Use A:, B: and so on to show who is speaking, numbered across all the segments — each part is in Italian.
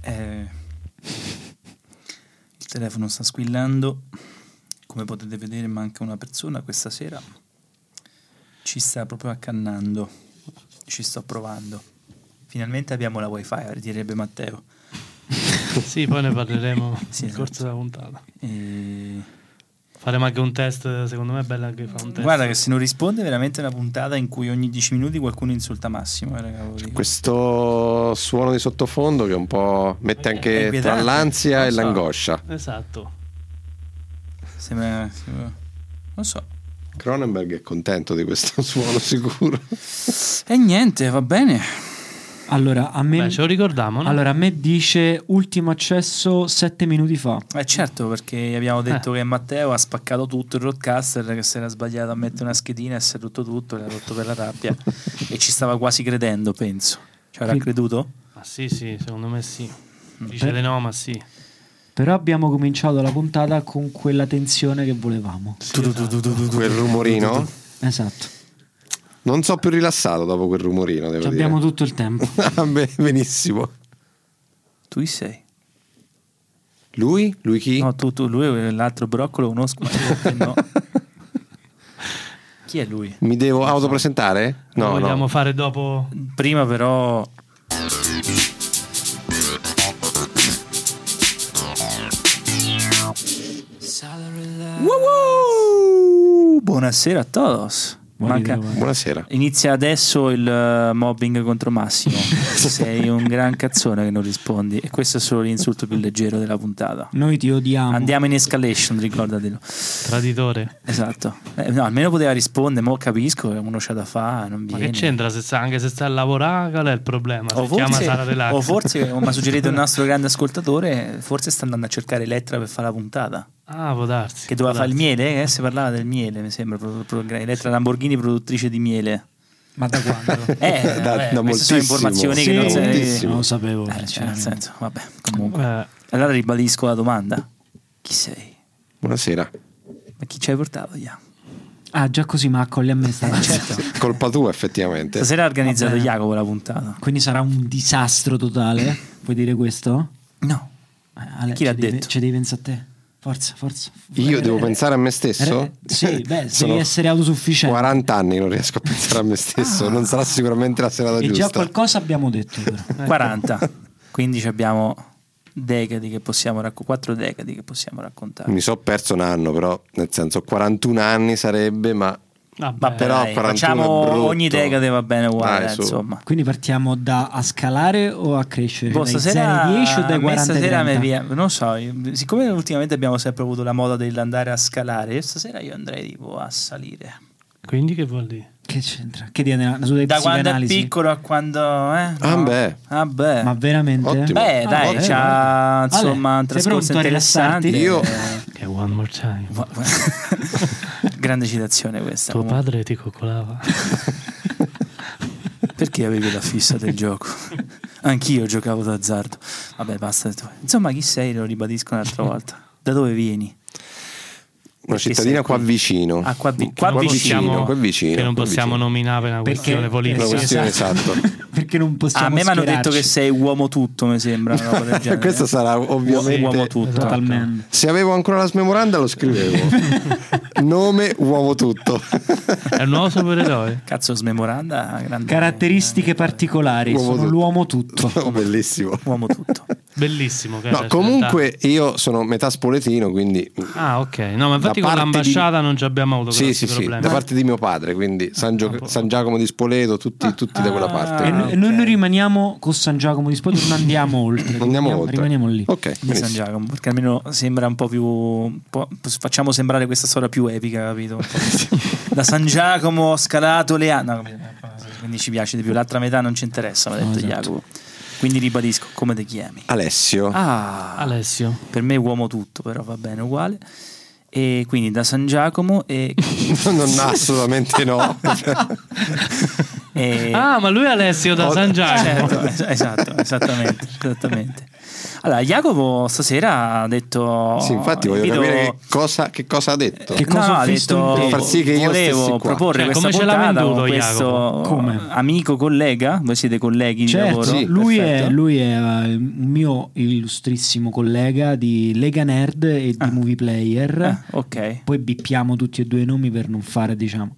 A: Eh, il telefono sta squillando. Come potete vedere, manca una persona questa sera. Ci sta proprio accannando. Ci sto provando. Finalmente abbiamo la wifi, direbbe Matteo.
B: Sì, poi ne parleremo
A: Sì,
B: nel
A: esatto.
B: corso della puntata.
A: E...
B: Faremo anche un test, secondo me è bella anche fare un test.
A: Guarda che se non risponde è veramente una puntata in cui ogni 10 minuti qualcuno insulta Massimo. eh, raga, ve lo dico.
C: Questo suono di sottofondo che un po' mette
A: È
C: anche tra
A: inquietante.
C: l'ansia
A: Lo
C: e
A: so.
C: l'angoscia.
B: Esatto.
A: Sembra- sembra- Non so.
C: Cronenberg è contento di questo suono sicuro.
A: E niente, va bene.
D: Allora a, me,
B: Beh, ce lo ricordiamo, no?
D: allora, a me dice ultimo accesso 7 minuti fa.
A: Eh certo, perché abbiamo detto che Matteo ha spaccato tutto il roadcaster, che si era sbagliato a mettere una schedina e si è rotto tutto, l'ha rotto per la rabbia e ci stava quasi credendo, penso. Ci avrà
D: Sì.
A: creduto?
B: Ma sì, sì, secondo me sì.
A: Mm.
B: Dice di no, ma sì.
D: Però abbiamo cominciato la puntata con quella tensione che volevamo.
A: Tu, tu, tu, tu, tu, tu, tu.
C: Quel rumorino.
D: Esatto.
C: Non so più rilassato dopo quel rumorino, devo
D: Ci
C: dire.
D: abbiamo tutto il tempo.
C: Ah, beh, benissimo.
A: Tu chi sei?
C: Lui? Lui chi?
A: No, tu, tu, lui è l'altro broccolo, conosco, ma te no. Chi è lui?
C: Mi devo autopresentare?
B: Lo
C: No,
B: vogliamo
C: no.
B: fare dopo
A: Prima però... Woo-woo! Buonasera a todos.
D: Buona
A: Manca-
D: idea, guarda.
C: Buonasera.
A: Inizia adesso il eh, mobbing contro Massimo. Sei un gran cazzone che non rispondi. E questo è solo l'insulto più leggero della puntata.
D: Noi ti odiamo.
A: Andiamo in escalation, ricordatelo.
B: Traditore.
A: Esatto. Eh, no, almeno poteva rispondere, mo capisco che uno c'ha da fare, non
B: Ma
A: viene.
B: che c'entra se sta, anche se sta a lavorare? Qual è il problema? Si
A: O
B: chiama
A: forse,
B: Sara Relax.
A: o forse, come ha suggerito il nostro grande ascoltatore, forse sta andando a cercare Elettra per fare la puntata.
B: Ah, può darsi.
A: Che doveva
B: può
A: fare il
B: darsi.
A: miele, eh? si parlava del miele, mi sembra. pro- pro- Elettra Lamborghini, produttrice di miele.
D: Ma da quando?
A: Eh, vabbè,
C: Da- da
A: queste sono
C: moltissimo.
A: informazioni
C: Sì,
A: che non
C: da
A: sai-
C: moltissimo.
D: non lo
A: Eh,
D: sapevo.
A: cioè, nel
D: sinceramente.
A: senso, vabbè, comunque.
B: Eh,
A: Allora ribadisco la domanda. Chi sei?
C: Buonasera.
A: Ma chi ci hai portato? Ia?
D: Ah, già così ma accolli a me certo. sta
A: Esatto.
C: Colpa tua, effettivamente.
A: Stasera ha organizzato
D: Vabbè.
A: Jacopo la puntata.
D: Quindi sarà un disastro totale. Puoi dire questo?
A: No.
D: Eh, Ale,
A: Chi l'ha
D: ci devi-
A: detto?
D: Ci devi pensare a te. Forza, forza.
C: Io
D: Eh,
C: devo
D: eh,
C: pensare a me
D: eh,
C: stesso?
D: Sì, beh,
C: Sono
D: devi essere autosufficiente.
C: 40 anni non riesco a pensare a me stesso. Non sarà sicuramente la serata
D: e già
C: giusta.
D: qualcosa abbiamo detto. però.
C: Ecco.
A: 40. Quindi ci abbiamo decadi che possiamo raccontare. Quattro decadi che possiamo raccontare.
C: Mi so perso un anno, però, nel senso, 41 anni sarebbe, ma
B: vabbè.
A: Vabbè,
C: però
A: dai,
C: 41 è
A: facciamo
C: brutto.
A: ogni decade va bene uguale,
C: Dai, su.
A: insomma.
D: Quindi partiamo da a scalare o a crescere?
A: Boh,
D: Dai
A: stasera,
D: 0,10 o
A: a
D: dai
A: me
D: 40 ai
A: stasera mi
D: 30?
A: via- non so, io- siccome ultimamente abbiamo sempre avuto la moda dell'andare a scalare, stasera io andrei tipo a salire.
B: Quindi che vuol dire?
D: Che c'entra? Che dire nella sua
A: Da quando è
D: psicanalisi?
A: piccolo a quando... Eh, no.
C: Ah, beh.
A: Ah, beh.
D: Ma veramente?
C: Ottimo.
A: Beh,
D: Ah,
A: dai,
D: eh,
A: c'ha
D: guarda.
A: insomma Eh, un
D: Ale, sei
A: trascorso
D: pronto a rilassarti?
A: interessante.
C: io
B: Che one more time.
A: Grande citazione questa.
B: Tuo
A: comunque.
B: padre ti coccolava.
A: Perché avevi la fissa del gioco? Anch'io giocavo d'azzardo. Vabbè, basta. Insomma, chi sei? Lo ribadisco un'altra volta. Da dove vieni?
C: una
A: Perché
C: cittadina
A: sei
C: qua
A: qui.
C: vicino.
A: Ah, qua vi- qua
C: qua
A: vicino,
C: vicino.
B: Possiamo-
C: Qua vicino.
B: Che non
C: qua
B: possiamo
C: vicino.
B: nominare per una
D: Perché-
B: questione
D: eh,
C: Una
B: politica.
D: sì,
C: questione,
D: esatto.
C: esatto.
D: Perché non possiamo
A: a me mi hanno
D: schierarci.
A: detto che sei uomo tutto, mi sembra. una roba del genere.
C: Questo sarà
A: Uomo
C: ovviamente.
A: tutto.
B: Esatto.
D: Totalmente.
C: Se avevo ancora la smemoranda lo scrivevo. Nome uomo tutto.
B: È un nuovo supereroe.
A: Cazzo, smemoranda. Grande,
D: Caratteristiche particolari,
C: Uomo
D: sono
C: tutto.
D: l'uomo tutto.
C: Oh, Bellissimo.
A: Uomo tutto.
B: Bellissimo. Cioè, che
C: No,
B: era,
C: comunque io sono metà spoletino, quindi
B: aspetta. Ah, ok. No, ma infatti
C: Da
B: con
C: parte
B: l'ambasciata non ci abbiamo avuto
C: Sì,
B: grossi
C: sì, sì,
B: problemi.
C: da parte di mio padre, quindi San, Gio- San Giacomo di Spoleto, tutti, tutti da quella parte.
D: E no-
A: Ah,
D: e noi,
A: ok.
D: noi rimaniamo con San Giacomo di Spoleto, non andiamo oltre.
C: Andiamo oltre.
D: Rimaniamo lì.
C: Ok,
A: Di San
C: benissimo.
A: Giacomo, perché almeno sembra un po' più. un po'- facciamo sembrare questa storia più epica, capito? Un po'. da San Giacomo ho scalato le. a- No, quindi ci piace di più. L'altra metà non ci interessa, mi ha
D: No,
A: detto
D: esatto.
A: Jacopo. Quindi ribadisco, come ti chiami?
C: Alessio,
A: Ah,
B: Alessio.
A: per me è uomo tutto, però va bene, uguale. E quindi da San Giacomo e.
C: non assolutamente no.
A: e-
B: Ah, ma lui è Alessio da
C: Oh,
B: San Giacomo.
A: certo, es- esatto, esattamente, esattamente. Allora, Jacopo stasera ha detto...
C: Sì, infatti voglio
A: invito-
C: capire che cosa, che cosa ha detto.
D: Che
A: No,
D: cosa ho
A: ha
D: visto
A: detto,
D: in te?
C: Per far sì che io
A: volevo
C: stessi qua.
A: proporre
B: Cioè,
A: questa
B: come ce l'ha
A: puntata
B: venduto
A: con questo
B: Jacopo?
D: Come?
A: amico collega, voi siete colleghi di
D: Certo,
A: lavoro.
C: Sì,
D: lui, è,
C: perfetto.
D: lui è eh, il mio illustrissimo collega di Lega Nerd e di
A: Ah.
D: Movie Player.
A: Eh, ok.
D: Poi bippiamo tutti e due i nomi per non fare, diciamo.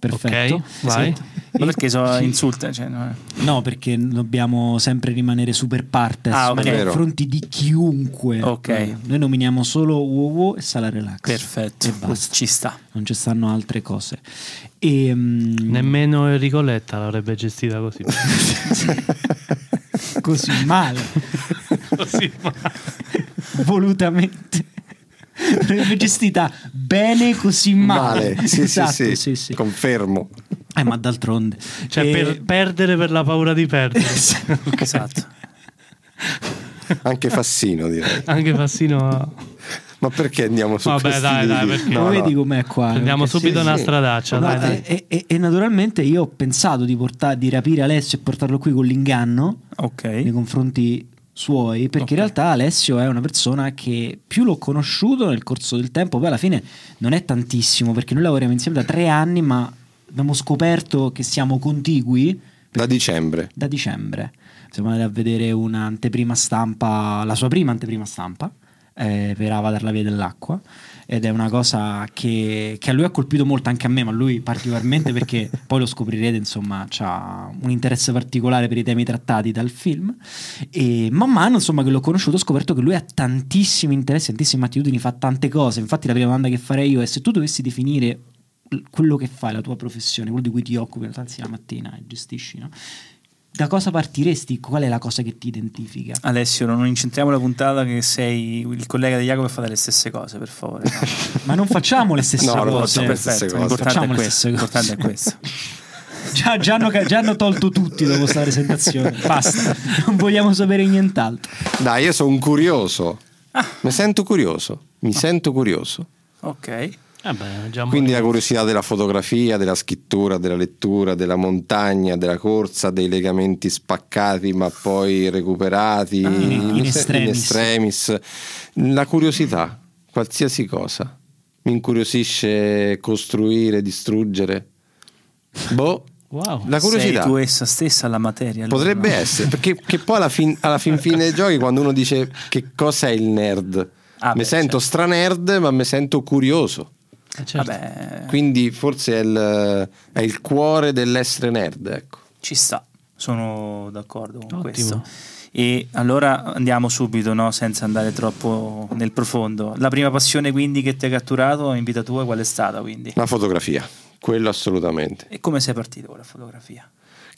D: Perfetto.
B: Ok, vai.
D: Sì.
A: Ma perché so,
D: Sì.
A: insulta? Cioè, no, eh.
D: No, perché dobbiamo sempre rimanere super partes
A: Ah, ok.
D: nei
C: Vero.
D: confronti di chiunque.
A: Ok.
D: Noi nominiamo solo WoW e Sala Relax.
A: Perfetto,
D: E basta.
A: ci sta.
D: Non ci stanno altre cose. E, mm,
B: Nemmeno Enrico Letta l'avrebbe gestita così.
D: così male,
B: così ma-
D: volutamente. L'avrebbe gestita bene così male.
C: Male. Sì,
D: Esatto,
C: sì, sì,
D: sì.
C: Confermo.
D: Eh, ma d'altronde.
B: Cioè,
D: Eh,
B: per perdere per la paura di perdere.
A: Esatto.
C: Anche Fassino direi.
B: Anche Fassino. ha-
C: Ma perché andiamo su
B: Vabbè,
C: questi
B: dai, dai,
C: lidi?
B: perché-
C: No,
D: lo
C: no.
D: vedi com'è qua?
B: Prendiamo
D: Perché
B: subito
D: sì,
B: una
C: sì.
B: stradaccia.
D: No,
B: Dai, dai.
D: E, e- e naturalmente io ho pensato di, portare, di rapire Alessio e portarlo qui con l'inganno nei
A: Ok.
D: confronti suoi, perché in realtà Alessio è una persona che più l'ho conosciuto nel corso del tempo, poi alla fine non è tantissimo, perché noi lavoriamo insieme da tre anni, ma abbiamo scoperto che siamo contigui
C: Da dicembre.
D: da dicembre. Siamo andati a vedere un'anteprima stampa, la sua prima anteprima stampa, eh, per Avatar la via dell'acqua. Ed è una cosa che, che a lui ha colpito molto, anche a me, ma a lui particolarmente perché poi lo scoprirete, insomma, ha un interesse particolare per i temi trattati dal film. E man mano, insomma, che l'ho conosciuto, ho scoperto che lui ha tantissimi interessi, tantissime attitudini, fa tante cose. Infatti la prima domanda che farei io è se tu dovessi definire quello che fai, la tua professione, quello di cui ti occupi, alzi la mattina e gestisci, no? Da cosa partiresti? Qual è la cosa che ti identifica?
A: Alessio, non incentriamo la puntata che sei il collega di Jacopo e fate le stesse cose, per favore. No,
D: Ma non facciamo le stesse
C: No, non
D: cose.
C: facciamo le stesse
A: Perfetto,
C: cose.
A: l'importante è
D: Facciamo le
A: questo.
D: stesse cose.
A: L'importante è questo.
D: Già, già hanno, già hanno tolto tutti dopo questa presentazione. Basta, non vogliamo sapere nient'altro.
C: Dai, io sono un curioso. Mi sento curioso. Mi sento curioso.
A: Ok.
B: Vabbè, Eh già
C: Quindi la curiosità della fotografia, della scrittura, della lettura, della montagna, della corsa, dei legamenti spaccati ma poi recuperati
D: Ah, in- in
C: Mi se-
D: extremis.
C: extremis. La curiosità, qualsiasi cosa, mi incuriosisce costruire, distruggere. Boh,
B: Wow.
C: la curiosità.
A: Sei tu essa stessa la materia. allora.
C: Potrebbe essere, perché che poi alla fin, alla fin fine dei giochi, quando uno dice che cosa è il nerd,
A: Ah,
C: mi
A: beh,
C: sento stranerd, ma mi sento curioso.
B: Eh, certo.
A: Vabbè,
C: Quindi forse è il, è il cuore dell'essere nerd, ecco.
A: ci sta. Sono d'accordo con
B: Ottimo.
A: questo. E allora andiamo subito, no? senza andare troppo nel profondo. La prima passione quindi che ti ha catturato in vita tua qual è stata? Quindi?
C: La fotografia, quello assolutamente.
A: E come sei partito con la fotografia?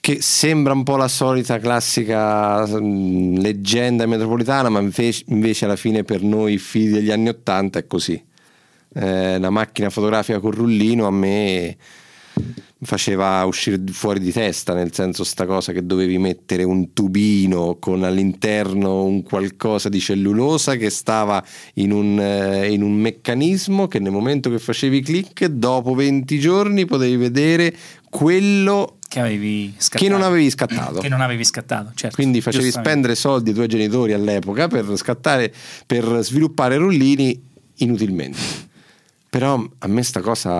C: Che sembra un po' la solita classica mh, leggenda metropolitana, ma invece, invece alla fine per noi figli degli anni Ottanta è così. Eh, la macchina fotografica con rullino a me mi faceva uscire fuori di testa, nel senso sta cosa che dovevi mettere un tubino con all'interno un qualcosa di cellulosa che stava in un, eh, in un meccanismo che nel momento che facevi clic, dopo 20 giorni potevi vedere quello
A: Che avevi scattato?
C: che non avevi scattato.
A: Che non avevi scattato, certo.
C: Quindi facevi
A: Giustamente.
C: spendere soldi ai tuoi genitori all'epoca per scattare, per sviluppare rullini inutilmente. Però a me sta cosa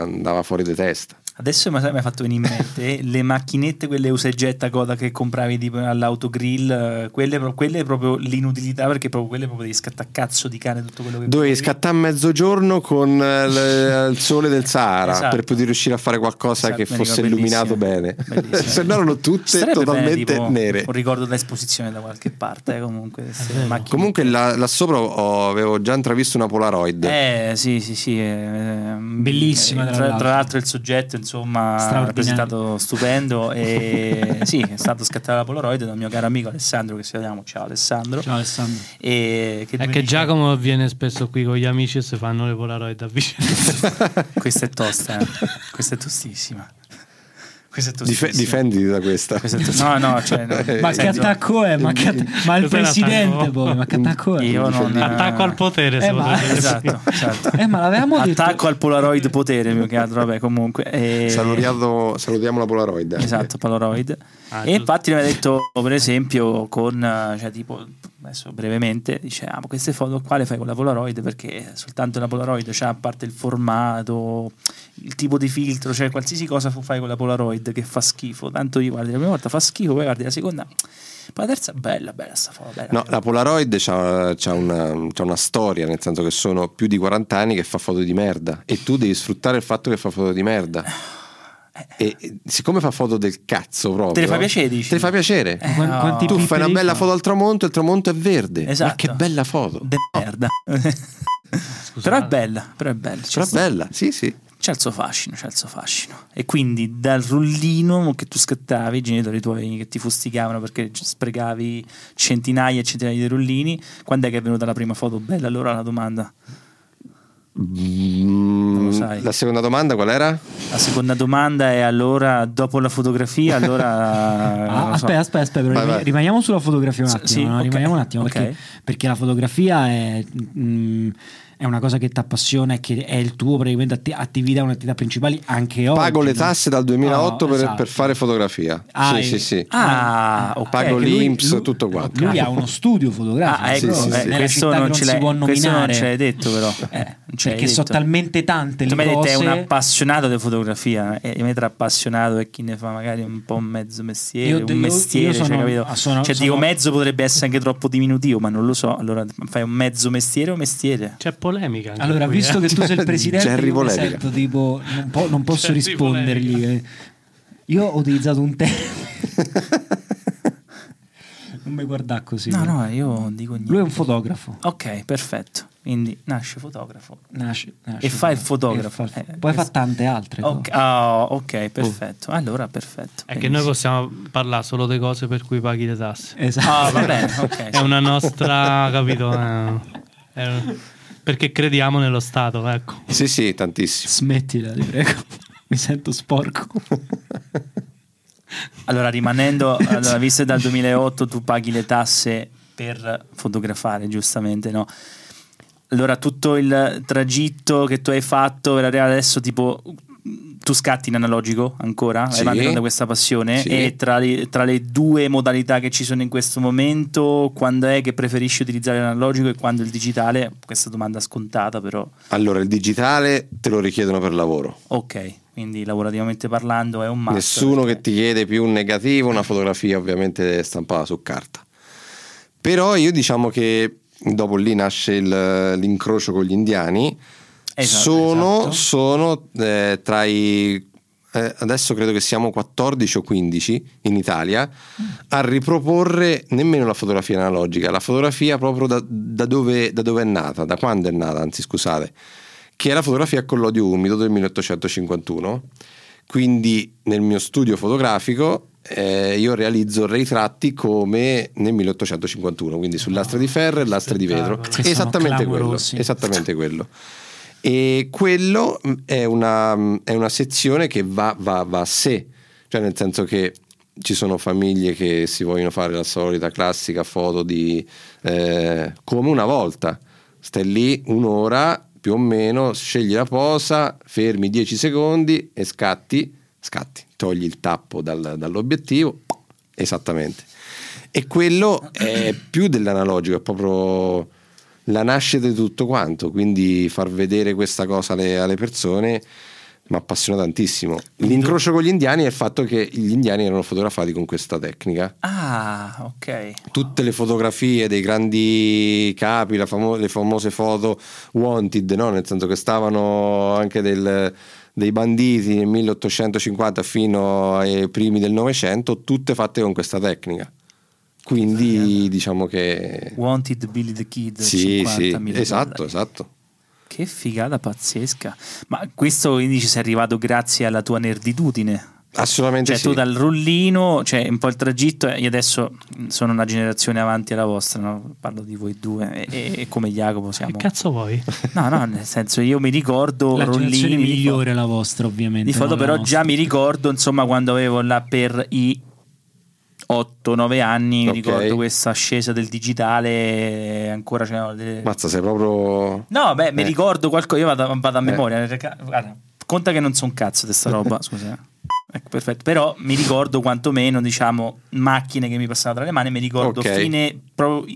C: andava fuori di testa.
A: Adesso mi mi hai fatto venire in mente le macchinette, quelle usegetta coda che compravi tipo all'autogrill, eh, quelle, pro- quelle è proprio l'inutilità perché proprio quelle proprio devi scattare a cazzo di cane tutto quello che
C: Dovevi
A: volevi.
C: scattare a mezzogiorno con eh, l- il sole del Sahara
A: Esatto.
C: per poter riuscire a fare qualcosa
A: Esatto,
C: che
A: mi ricordo,
C: fosse illuminato
A: bellissime.
C: bene.
A: Bellissime.
C: Se no erano tutte
A: Sarebbe bene,
C: totalmente
A: tipo,
C: nere.
A: Un ricordo da esposizione da qualche parte, eh, comunque. se
B: vero.
A: macchine-
C: Comunque là, là sopra ho- avevo già intravisto una Polaroid.
A: Eh sì, sì, sì. eh,
D: Bellissima,
A: eh,
D: tra
A: Tra,
D: l'altro.
A: tra l'altro il soggetto, insomma,
D: Straordinario.
A: rappresentato stupendo. E sì, è stato scattato la Polaroid da un mio caro amico Alessandro, che salutiamo. Ciao Alessandro.
D: Ciao Alessandro.
A: E che
B: È
A: lui
B: che
A: dice-
B: Giacomo viene spesso qui con gli amici e si fanno le polaroid a vicenda.
A: Questa è tosta, eh. questa è tostissima. Questo è
C: Dif-
A: tostissimo.
C: difenditi da questa.
A: Questo è tostissimo. No, no, cioè, no,
C: Eh,
D: Ma
A: nel
D: che
A: senso,
D: attacco è? Ma, che att- ma
B: Cos'è
D: il
B: l'attacco?
D: presidente poi? Ma che attacco è?
A: Io
C: Eh.
A: non...
B: Attacco al potere, se
D: Eh, ma-
B: volete.
A: Esatto, certo.
D: Eh, ma l'avevamo detto.
A: Attacco al Polaroid potere, mio caro. Vabbè, comunque. eh,
C: Salutiamo, salutiamo la Polaroid. anche.
A: Esatto, Polaroid.
B: Ah,
A: e
B: giusto.
A: infatti mi ha detto, per esempio, con, eh, cioè, tipo, adesso brevemente, dice, ah, ma queste foto qua le fai con la Polaroid perché soltanto la Polaroid, cioè, a parte il formato, il tipo di filtro, cioè qualsiasi cosa fu- fai con la Polaroid che fa schifo. Tanto gli guardi la prima volta, fa schifo, poi guardi la seconda, poi la terza, bella, bella sta foto, bella.
C: No, la Polaroid c'ha, c'ha una, c'ha una storia, nel senso che sono più di 40 anni che fa foto di merda e tu devi sfruttare il fatto che fa foto di merda. E e siccome fa foto del cazzo proprio,
A: Te le fa piacere, dici?
C: Te le fa piacere.
A: Eh,
D: Quan-
A: no.
D: quanti
C: tu fai una
D: pimperi
C: bella
D: fa?
C: foto al tramonto, il tramonto è verde. Ma
A: Esatto.
C: che bella foto!
A: De merda. però è bella, però è bella. Cioè,
C: Però è bella, sì, sì.
A: C'è il suo fascino, c'è il suo fascino. E quindi dal rullino che tu scattavi, i genitori tuoi che ti fustigavano perché c- sprecavi centinaia e centinaia di rullini, quando è che è venuta la prima foto bella? Allora la domanda,
C: Mm,
A: lo sai.
C: la seconda domanda qual era?
A: la seconda domanda è allora dopo la fotografia, allora... non
D: Ah,
A: lo so.
D: aspetta, aspetta, aspetta, però
C: Vai, vai.
D: rimaniamo sulla fotografia un
A: Sì,
D: attimo.
A: sì,
D: no?
A: ok.
D: Rimaniamo un attimo
A: Ok.
D: perché, perché la fotografia è, mm, è una cosa che ti appassiona e che è il tuo praticamente atti- attività, un'attività principale anche oggi.
C: Pago le
D: no?
C: tasse dal 2008
D: No,
C: per,
D: esatto.
C: per fare fotografia.
D: Ah,
C: sì,
D: eh.
C: sì, sì.
A: Ah, ok.
C: Pago
A: che
C: lì.
A: lui-
C: l'Inps, tutto quanto.
D: Lui ha uno studio fotografico
A: Ah, ecco,
D: proprio,
C: sì, sì,
A: eh,
C: sì.
D: nella
A: questo,
D: città
A: non
D: che
A: ce
D: non si
A: l'hai-
D: può
A: questo non
D: nominare.
A: ce l'hai detto però. Eh, non ce l'hai
D: perché sono
A: detto.
D: Cioè, talmente tante
A: Tu
D: le
A: mi hai detto
D: cose.
A: è un appassionato di fotografia Eh, e e me tra appassionato e chi ne fa magari un po' mezzo mestiere,
D: Io-
A: un
D: io- io
A: mestiere, cioè,
D: sono-
A: capito?
D: ah, sono-
A: cioè
D: sono-
A: dico mezzo potrebbe essere anche troppo diminutivo, ma non lo so. Allora fai un mezzo mestiere o mestiere?
B: C'è polemica. anche
D: Allora,
B: qui,
D: visto
B: eh.
D: che tu
A: Cioè,
D: sei il presidente,
C: Jerry
D: io mi
C: Polemica.
D: sento tipo, non, po- non posso
B: Jerry
D: rispondergli. eh. Io ho utilizzato un termine. non mi guardare così.
A: No, no, io non dico niente.
D: Lui è un fotografo.
A: Ok, perfetto. Quindi nasce fotografo.
D: Nasce, nasce
A: E fa il fotografo.
D: E fa il fo-
A: Eh,
D: Poi fa
A: questo-
D: tante altre
A: Ok,
D: cose.
A: ah,
D: Oh.
A: ok, perfetto. Allora perfetto.
B: È che noi
A: Benissimo.
B: possiamo parlare solo di cose per cui paghi le tasse.
D: Esatto.
A: Ah, va bene, ok.
B: È una nostra, capito? eh, è un- perché crediamo nello Stato, ecco.
C: Sì, sì, tantissimo.
D: Smettila, ti prego. Mi sento sporco.
A: Allora, rimanendo, allora, visto che dal 2008 tu paghi le tasse per fotografare, giustamente, no? Allora, tutto il tragitto che tu hai fatto per arrivare adesso, tipo, tu scatti in analogico ancora?
C: Sì.
A: Hai mantenuto questa passione?
C: Sì.
A: E tra le, tra le due modalità che ci sono in questo momento, quando è che preferisci utilizzare l'analogico e quando il digitale? Questa domanda scontata, però.
C: Allora, il digitale te lo richiedono per lavoro.
A: Ok, quindi lavorativamente parlando è un must.
C: Nessuno
A: perché-
C: che ti chiede più un negativo, una fotografia ovviamente stampata su carta. Però io diciamo che dopo lì nasce il- l'incrocio con gli indiani.
A: Esatto,
C: sono
A: esatto.
C: sono, eh, tra i... eh, adesso credo che siamo 14 o 15 in Italia a riproporre nemmeno la fotografia analogica, la fotografia proprio da, da dove, da dove è nata, da quando è nata, anzi scusate, che è la fotografia con l'odio umido del 1851. Quindi nel mio studio fotografico eh, io realizzo ritratti come nel 1851, quindi su lastre di ferro e lastre di vetro.
B: Che
D: sono
C: Esattamente quello,
D: clamorosi.
C: esattamente quello. E quello mh, è una, mh, è una sezione che va, va- va a sé, cioè nel senso che ci sono famiglie che si vogliono fare la solita classica foto di eh, come una volta, stai lì un'ora più o meno, scegli la posa, fermi 10 secondi e scatti, scatti, togli il tappo dal- dall'obiettivo, esattamente. E quello è più dell'analogico, è proprio la nascita di tutto quanto, quindi far vedere questa cosa alle, alle persone mi appassiona tantissimo. L'incrocio con gli indiani è il fatto che gli indiani erano fotografati con questa tecnica.
A: Ah, ok.
C: Tutte le fotografie dei grandi capi, la famo- le famose foto wanted, no? nel senso che stavano anche del- dei banditi nel 1850 fino ai primi del Novecento, tutte fatte con questa tecnica. Quindi diciamo che...
A: Wanted Billy the Kid
C: Sì,
A: 50.000
C: sì,
A: dollari.
C: esatto, esatto.
A: Che figata pazzesca. Ma questo quindi ci sei arrivato grazie alla tua nerditudine.
C: Assolutamente
A: Cioè,
C: sì.
A: tu dal rullino, cioè un po' il tragitto, eh, io adesso sono una generazione avanti alla vostra, no? parlo di voi due, e, e- e come Jacopo
B: Che
A: siamo.
B: cazzo vuoi?
A: No, no, nel senso, io mi ricordo
D: La generazione
A: rullini Oh, di fo-
D: migliore è la vostra, ovviamente.
A: di foto,
D: non la
A: però
D: nostra.
A: già mi ricordo, insomma, quando avevo là per i 8-9 anni,
C: Ok.
A: ricordo questa ascesa del digitale, eh, ancora c'erano delle...
C: Mazza, sei proprio.
A: No, beh, mi
C: Eh.
A: ricordo qualcosa. Io vado, vado a
C: Eh.
A: memoria. Reca- Guarda, conta che non so un cazzo di sta roba. scusa. Ecco, perfetto. Però mi ricordo quantomeno, diciamo, macchine che mi passavano tra le mani. Mi ricordo
C: Ok.
A: fine, pro-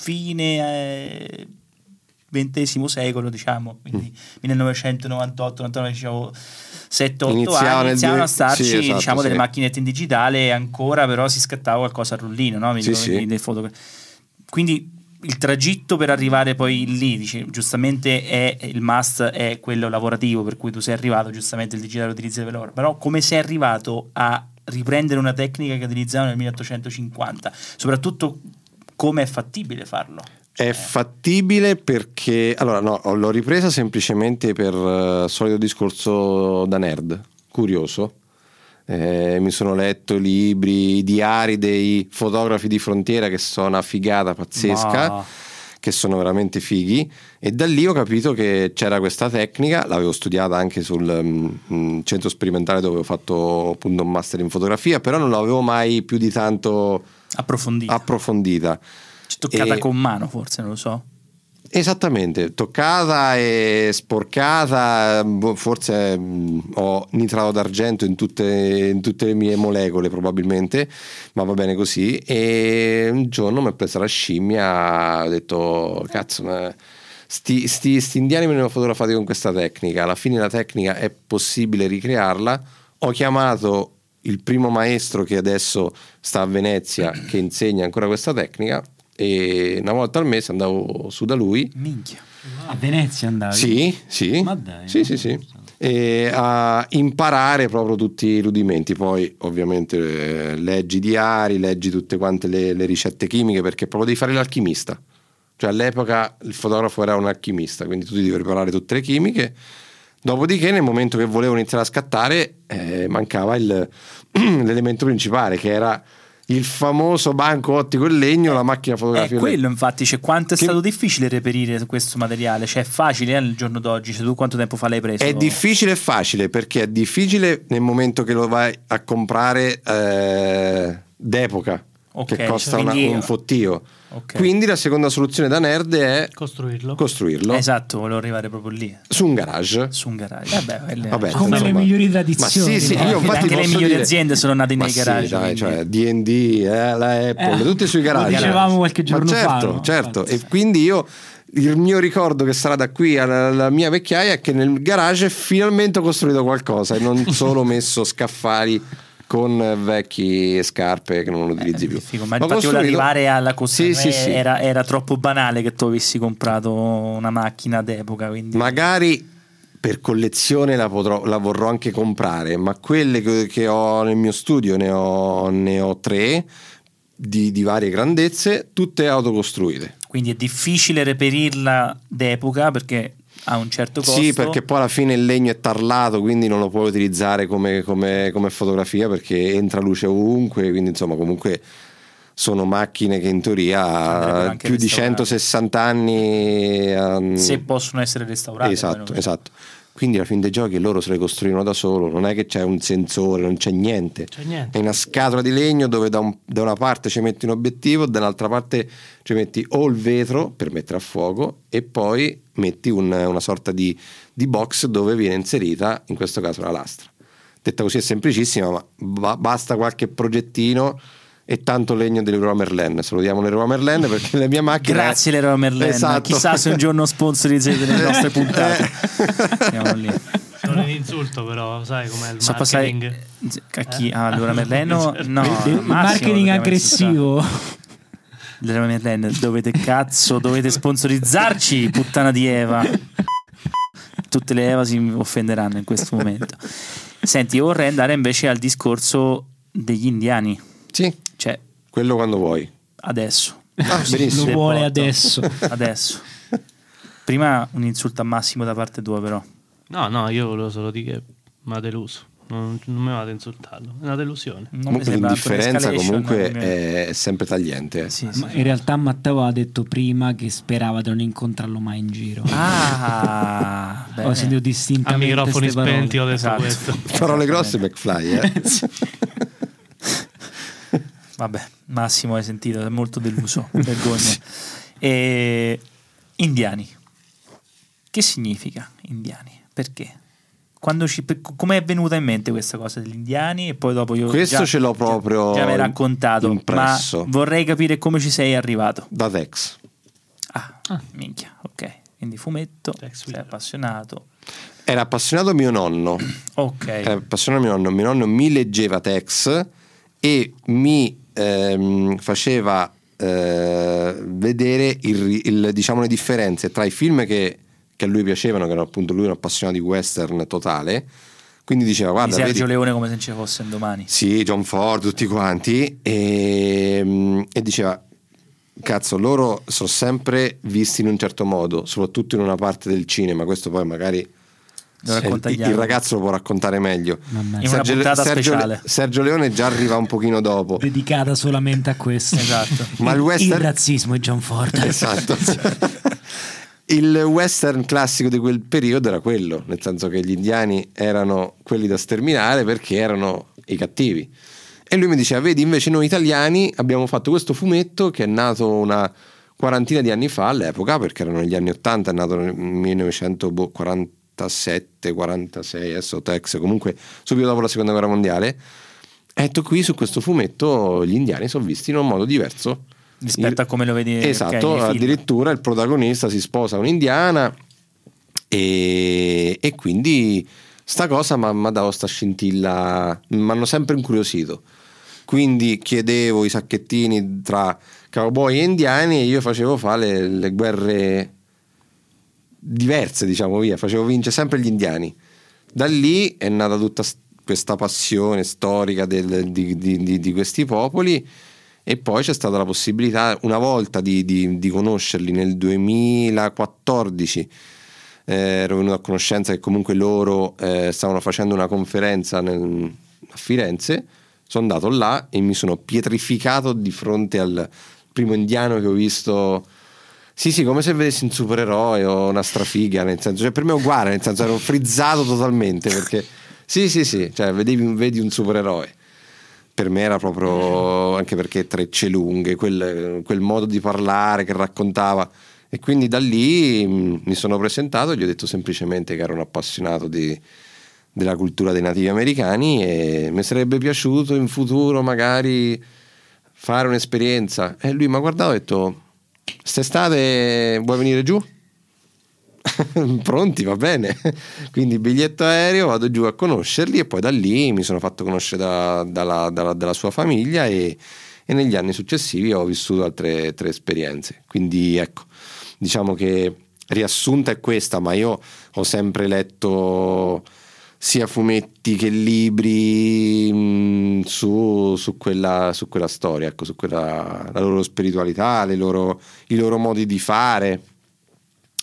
A: fine eh, XX secolo, diciamo, quindi
C: Mm.
A: 1998-99, diciamo. 7-8
C: Iniziava
A: anni
C: nel
A: iniziavano a
C: due-
A: starci
C: sì, esatto,
A: diciamo, delle
C: sì.
A: macchinette in digitale ancora però si scattava qualcosa a rullino no? Mi
C: Sì,
A: ricordo
C: sì.
A: di- dei fotogra- quindi il tragitto per arrivare poi lì, dici, giustamente è, il must è quello lavorativo per cui tu sei arrivato, giustamente il digitale lo utilizzi per lavoro, però come sei arrivato a riprendere una tecnica che utilizzavano nel 1850, soprattutto come è fattibile farlo?
C: È fattibile perché. Allora, no, l'ho ripresa semplicemente per eh, solito discorso da nerd, curioso. Eh, mi sono letto i libri, i diari dei fotografi di frontiera che sono una figata pazzesca.
A: Ma-
C: che sono veramente fighi e da lì ho capito che c'era questa tecnica, l'avevo studiata anche sul mm, mm, centro sperimentale dove ho fatto appunto un master in fotografia, però non l'avevo mai più di tanto
A: approfondito.
C: ah, approfondita.
A: Ci è toccata
C: e-
A: con mano forse, non lo so.
C: Esattamente, toccata e sporcata, boh, forse mm, ho nitrato d'argento in tutte, in tutte le mie molecole probabilmente, ma va bene così. E un giorno mi ha preso la scimmia, ho detto cazzo, ma sti, sti- sti indiani venivano fotografati con questa tecnica, alla fine la tecnica è possibile ricrearla. Ho chiamato il primo maestro che adesso sta a Venezia, che insegna ancora questa tecnica. E una volta al mese andavo su da lui
A: Minchia.
D: A Venezia andavi?
C: sì, sì.
D: Ma dai,
C: Sì,
D: no?
C: sì, sì. E a imparare proprio tutti i rudimenti. Poi, ovviamente, eh, leggi i diari, leggi tutte quante le, le ricette chimiche, perché proprio devi fare l'alchimista. Cioè, all'epoca il fotografo era un alchimista, quindi tu ti devi preparare tutte le chimiche. Dopodiché, nel momento che volevo iniziare a scattare, eh, mancava il- l'elemento principale, che era il famoso banco ottico in legno, la macchina
A: È
C: fotografica.
D: Eh,
A: quello infatti, cioè, quanto è
C: Che-
A: stato difficile reperire questo materiale, cioè è facile eh, al giorno d'oggi, cioè, tu quanto tempo fa l'hai preso?
C: È difficile e facile perché è difficile nel momento che lo vai a comprare eh, d'epoca,
A: Ok,
C: che costa
A: cioè,
C: una-
A: quindi-
C: un fottio.
A: Ok.
C: Quindi la seconda soluzione da nerd è
B: Costruirlo.
C: costruirlo
A: Esatto, volevo arrivare proprio lì,
C: su un garage.
A: su un garage. Vabbè, quelle-
C: Vabbè,
D: Come
C: insomma.
D: le migliori
C: Ma
D: tradizioni.
C: sì, sì,
D: no?
C: io infatti
A: Anche le
C: posso
A: migliori
C: dire-
A: aziende sono nate nei
C: Ma sì,
A: garage, quindi.
C: dai, cioè D&D, eh, la Apple,
D: Eh,
C: tutti sui
D: lo
C: garage.
D: dicevamo qualche
C: Ma
D: giorno fa,
C: certo,
D: no?
C: Certo,
D: Infatti.
C: e quindi io il mio ricordo che sarà da qui alla, alla mia vecchiaia è che nel garage finalmente ho costruito qualcosa e non solo messo scaffali con vecchie scarpe che non utilizzi più.
A: Eh, Figo, ma
C: Ho
A: infatti
C: costruito-
A: volevo arrivare alla cosa
C: Sì, sì, sì.
A: Era, era troppo banale che tu avessi comprato una macchina d'epoca, quindi
C: Magari per collezione la, potrò- la vorrò anche comprare, ma quelle che, che ho nel mio studio ne ho, ne ho tre di, di varie grandezze, tutte autocostruite.
A: Quindi è difficile reperirla d'epoca perché ha un certo costo.
C: Sì, perché poi alla fine il legno è tarlato, quindi non lo puoi utilizzare come, come- come fotografia perché entra luce ovunque, quindi insomma comunque sono macchine che in
A: Andrebbero
C: teoria
A: anche
C: più di
A: restaurate.
C: 160 anni... ehm,
A: se possono essere restaurate.
C: esatto,
A: almeno.
C: esatto. Quindi alla fine dei giochi loro se le costruirono da solo, non è che c'è un sensore, non c'è niente.
B: C'è niente.
C: È una scatola di legno dove da, un- da una parte ci metti un obiettivo, dall'altra parte ci metti o il vetro per mettere a fuoco e poi metti un- una sorta di, di box dove viene inserita, in questo caso, la lastra. Detta così è semplicissima, ma ba- basta qualche progettino e tanto legno dell'Eroa Merlin. Salutiamo l'Eroa Merlin perché la mia macchina... è-
A: Grazie Leroy Merlin.
C: Esatto.
A: Chissà se un giorno sponsorizzate le nostre puntate.
D: Eh.
A: Siamo lì.
B: Non è un insulto, però, sai com'è il
A: So
B: marketing.
A: passare a chi? Ah, allora Merleno? No,
D: Eh? Il
A: Massimo,
D: marketing
A: dobbiamo
D: aggressivo.
A: Leroy Merlin, dovete cazzo, dovete sponsorizzarci, puttana di Eva. Tutte le Eva si offenderanno in questo momento. Senti, io vorrei andare invece al discorso degli indiani,
C: Sì,
A: cioè
C: quello quando vuoi.
A: adesso.
C: Ah, benissimo.
D: Lo vuole
A: Porto.
D: adesso.
A: Adesso. Prima un insulto a Massimo da parte tua però.
B: No, no, io volevo solo dire che mi ha deluso. Non, non mi vado a insultarlo. È una delusione.
A: Non mi
C: Comunque
A: sembra
C: l'indifferenza
A: un'escalation,
C: comunque
A: non mi-
C: è, è sempre tagliente. eh.
A: Sì, sì,
D: Ma
A: sì.
D: in realtà Matteo ha detto prima che sperava di non incontrarlo mai in giro.
A: Ah,
D: Ho
A: bene.
D: sentito
B: A
D: distintamente
B: microfoni
D: ste parole.
B: spenti ho detto
A: Esatto.
B: questo.
C: Parole
A: Esattamente.
C: grosse McFly. eh.
A: Vabbè, Massimo hai sentito, è molto deluso, vergogna. E... Indiani. Che significa indiani? Perché? Quando ci... per- Come è venuta in mente questa cosa degli indiani? E poi dopo io...
C: Questo
A: già-
C: ce l'ho proprio
A: Già mi hai raccontato,
C: impresso.
A: ma vorrei capire come ci sei arrivato.
C: Da Tex.
A: Ah, minchia, ok. Quindi fumetto,
B: Tex
A: sei
B: Wheeler.
A: appassionato.
C: Era appassionato mio nonno.
A: Ok.
C: Era appassionato mio nonno. Mio nonno mi leggeva Tex e mi ehm, faceva eh, vedere il ri- il- diciamo, le differenze tra i film che, che a lui piacevano, che era appunto lui un appassionato di western totale. Quindi diceva:
A: di
C: Guarda,
A: Sergio
C: vedi,
A: Leone come se non ci fosse un domani.
C: Sì, John Ford, tutti quanti. E, e diceva: Cazzo, loro sono sempre visti in un certo modo, soprattutto in una parte del cinema. Questo poi magari
A: Lo
C: eh,
A: racconta
C: il,
A: gli
C: il
A: altri.
C: ragazzo lo può raccontare meglio.
D: Mamma
A: In
D: mia.
A: una puntata speciale.
C: Sergio Leone già arriva un pochino dopo.
D: Dedicata solamente a questo.
A: Esatto.
C: Ma il
D: Il
C: western
D: razzismo è John Ford.
C: esatto. Il western classico di quel periodo era quello, nel senso che gli indiani erano quelli da sterminare perché erano i cattivi. E lui mi diceva, vedi, invece noi italiani abbiamo fatto questo fumetto che è nato una quarantina di anni fa all'epoca, perché erano negli anni 80, è nato nel 1947, 46, adesso Tex, comunque subito dopo la seconda guerra mondiale. E detto qui su questo fumetto gli indiani sono visti in un modo diverso
A: Rispetto a come lo vedi
C: Esatto,
A: ok, nei film.
C: addirittura il protagonista si sposa un'indiana e, e quindi sta cosa mi ha dato sta scintilla, mi hanno sempre incuriosito. Quindi chiedevo i sacchettini tra cowboy e indiani e io facevo fare le, le guerre diverse, diciamo via, facevo vincere sempre gli indiani. Da lì è nata tutta s- questa passione storica del- di, di- di- di questi popoli e poi c'è stata la possibilità una volta di, di- di conoscerli nel 2014. eh, ero venuto a conoscenza che comunque loro eh, stavano facendo una conferenza nel- a Firenze, sono andato là e mi sono pietrificato di fronte al primo indiano che ho visto sì, sì, come se vedessi un supereroe o una strafiga, nel senso, cioè per me è uguale, nel senso ero frizzato totalmente perché sì, sì, sì, cioè vedevi, vedi un supereroe. Per me era proprio anche perché trecce lunghe, quel, quel modo di parlare che raccontava. E quindi da lì mh, mi sono presentato e gli ho detto semplicemente che ero un appassionato di- della cultura dei nativi americani e mi sarebbe piaciuto in futuro magari fare un'esperienza. E lui mi ha guardato e ha detto: St'estate vuoi venire giù? Pronti, va bene. Quindi biglietto aereo, vado giù a conoscerli e poi da lì mi sono fatto conoscere da- dalla, dalla- dalla sua famiglia e, e negli anni successivi ho vissuto altre tre esperienze. Quindi ecco, diciamo che riassunta è questa, ma io ho sempre letto sia fumetti che libri mh, su, su quella, su quella storia, ecco, su quella, la loro spiritualità, le loro- i loro modi di fare.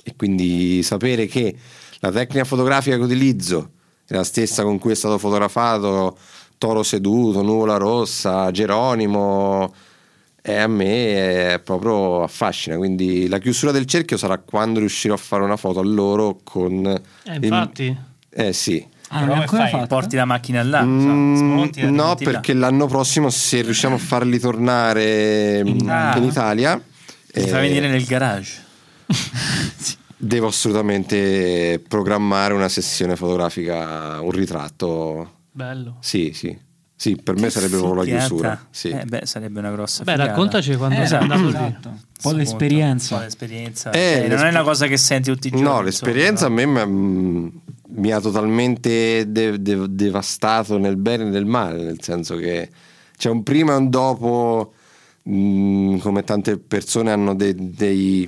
C: E quindi sapere che la tecnica fotografica che utilizzo è la stessa con cui è stato fotografato Toro Seduto, Nuvola Rossa, Geronimo, e a me è proprio affascina. Quindi la chiusura del cerchio sarà quando riuscirò a fare una foto a loro con...
B: Eh, infatti.
C: Eh sì.
D: Ah, non
A: Però
D: l'hai
A: come
D: ancora
A: fai?
D: fatto?
A: Porti la macchina là,
C: Mm,
A: sa, smonti la
C: no,
A: rimonti là.
C: perché l'anno prossimo se riusciamo a farli tornare mm, in,
A: Ah.
C: Italia...
A: Ti
C: eh,
A: fa venire nel garage.
C: Devo assolutamente programmare una sessione fotografica, un ritratto.
B: Bello.
C: Sì, sì. Sì, per me sarebbe proprio la
A: Figata.
C: chiusura. Sì.
A: Eh, beh, sarebbe una grossa
B: Beh,
A: figata.
B: raccontaci quando sei
D: Eh, esatto,
B: andato lì.
D: esatto. Un po'
A: Appunto,
D: l'esperienza.
A: un po' l'esperienza.
C: Eh,
A: Eh, non
C: l'esper-
A: è una cosa che senti tutti i giorni.
C: No,
A: insomma,
C: l'esperienza a
A: no?
C: me mm, mi ha totalmente de- de- devastato nel bene e nel male, nel senso che c'è un prima e un dopo, mm, come tante persone hanno de- dei,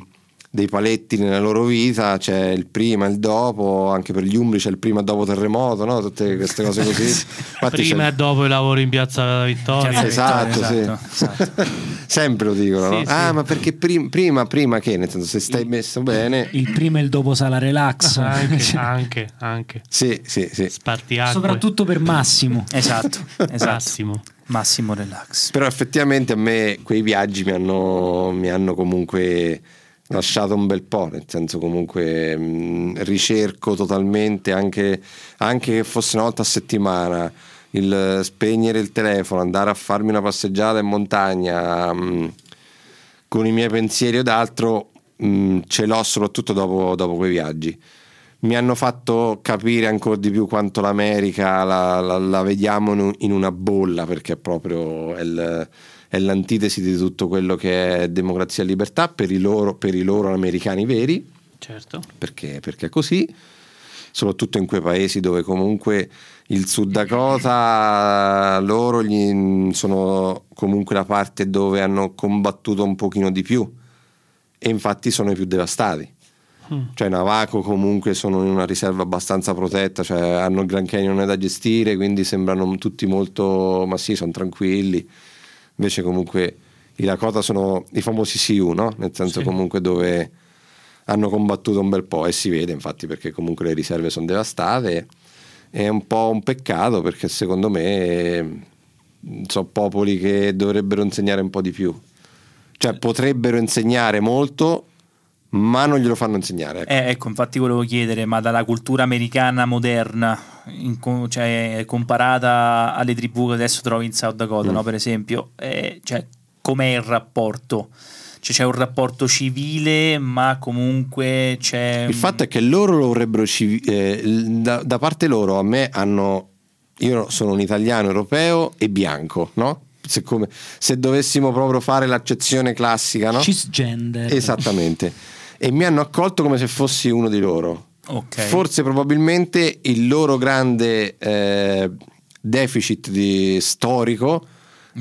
C: dei paletti nella loro vita, c'è il prima e il dopo, anche per gli umbri c'è il prima e dopo terremoto, no? tutte queste cose così. Infatti c'è-
B: Prima e dopo i lavori in Piazza della Vittoria.
A: Piazza
C: Esatto, sì.
A: Esatto, esatto.
C: Sempre lo dicono,
B: Sì,
C: no?
B: sì.
C: Ah, ma perché prim- prima, prima che? Nel senso, se stai messo bene...
D: Il prima e il dopo sala relax. Cioè,
B: Anche, anche, anche.
C: Sì, sì, sì.
B: Spartiacque.
D: Soprattutto per Massimo.
A: Esatto, esatto.
B: Massimo.
A: Massimo relax.
C: Però effettivamente a me quei viaggi mi hanno, mi hanno comunque lasciato un bel po', nel senso comunque mh, ricerco totalmente, anche, anche che fosse una volta a settimana, il eh, spegnere il telefono, andare a farmi una passeggiata in montagna mh, con i miei pensieri o d'altro, mh, ce l'ho soprattutto dopo, dopo quei viaggi. Mi hanno fatto capire ancora di più quanto l'America la, la- la vediamo in un- in una bolla, perché è proprio è il- è l'antitesi di tutto quello che è democrazia e libertà per i loro, per i loro americani veri
B: Certo.
C: perché, perché è così, soprattutto in quei paesi dove comunque il Sud Dakota loro gli- sono comunque la parte dove hanno combattuto un pochino di più e infatti sono i più devastati.
B: Mm.
C: Cioè Navaco comunque sono in una riserva abbastanza protetta, cioè hanno il Grand Canyon da gestire, quindi sembrano tutti molto, ma sì, sono tranquilli. Invece comunque i Lakota sono i famosi Sioux, no? Nel senso
B: Sì.
C: comunque dove hanno combattuto un bel po' e si vede infatti perché comunque le riserve sono devastate. È un po' un peccato perché secondo me mh, sono popoli che dovrebbero insegnare un po' di più. Cioè potrebbero insegnare molto, ma non glielo fanno insegnare. ecco.
A: Eh, ecco, infatti volevo chiedere, ma dalla cultura americana moderna, in co- cioè, comparata alle tribù che adesso trovi in South Dakota,
C: Mm.
A: no, per esempio, eh, cioè, com'è il rapporto? Cioè, c'è un rapporto civile, ma comunque c'è...
C: Il fatto è che loro lo vorrebbero civi- eh, l- da, da parte loro a me hanno io sono un italiano europeo e bianco, no? Se, come- se dovessimo proprio fare l'accezione classica, no?
D: Cisgender.
C: Esattamente. E mi hanno accolto come se fossi uno di loro.
A: Ok.
C: Forse probabilmente il loro grande eh, deficit di- storico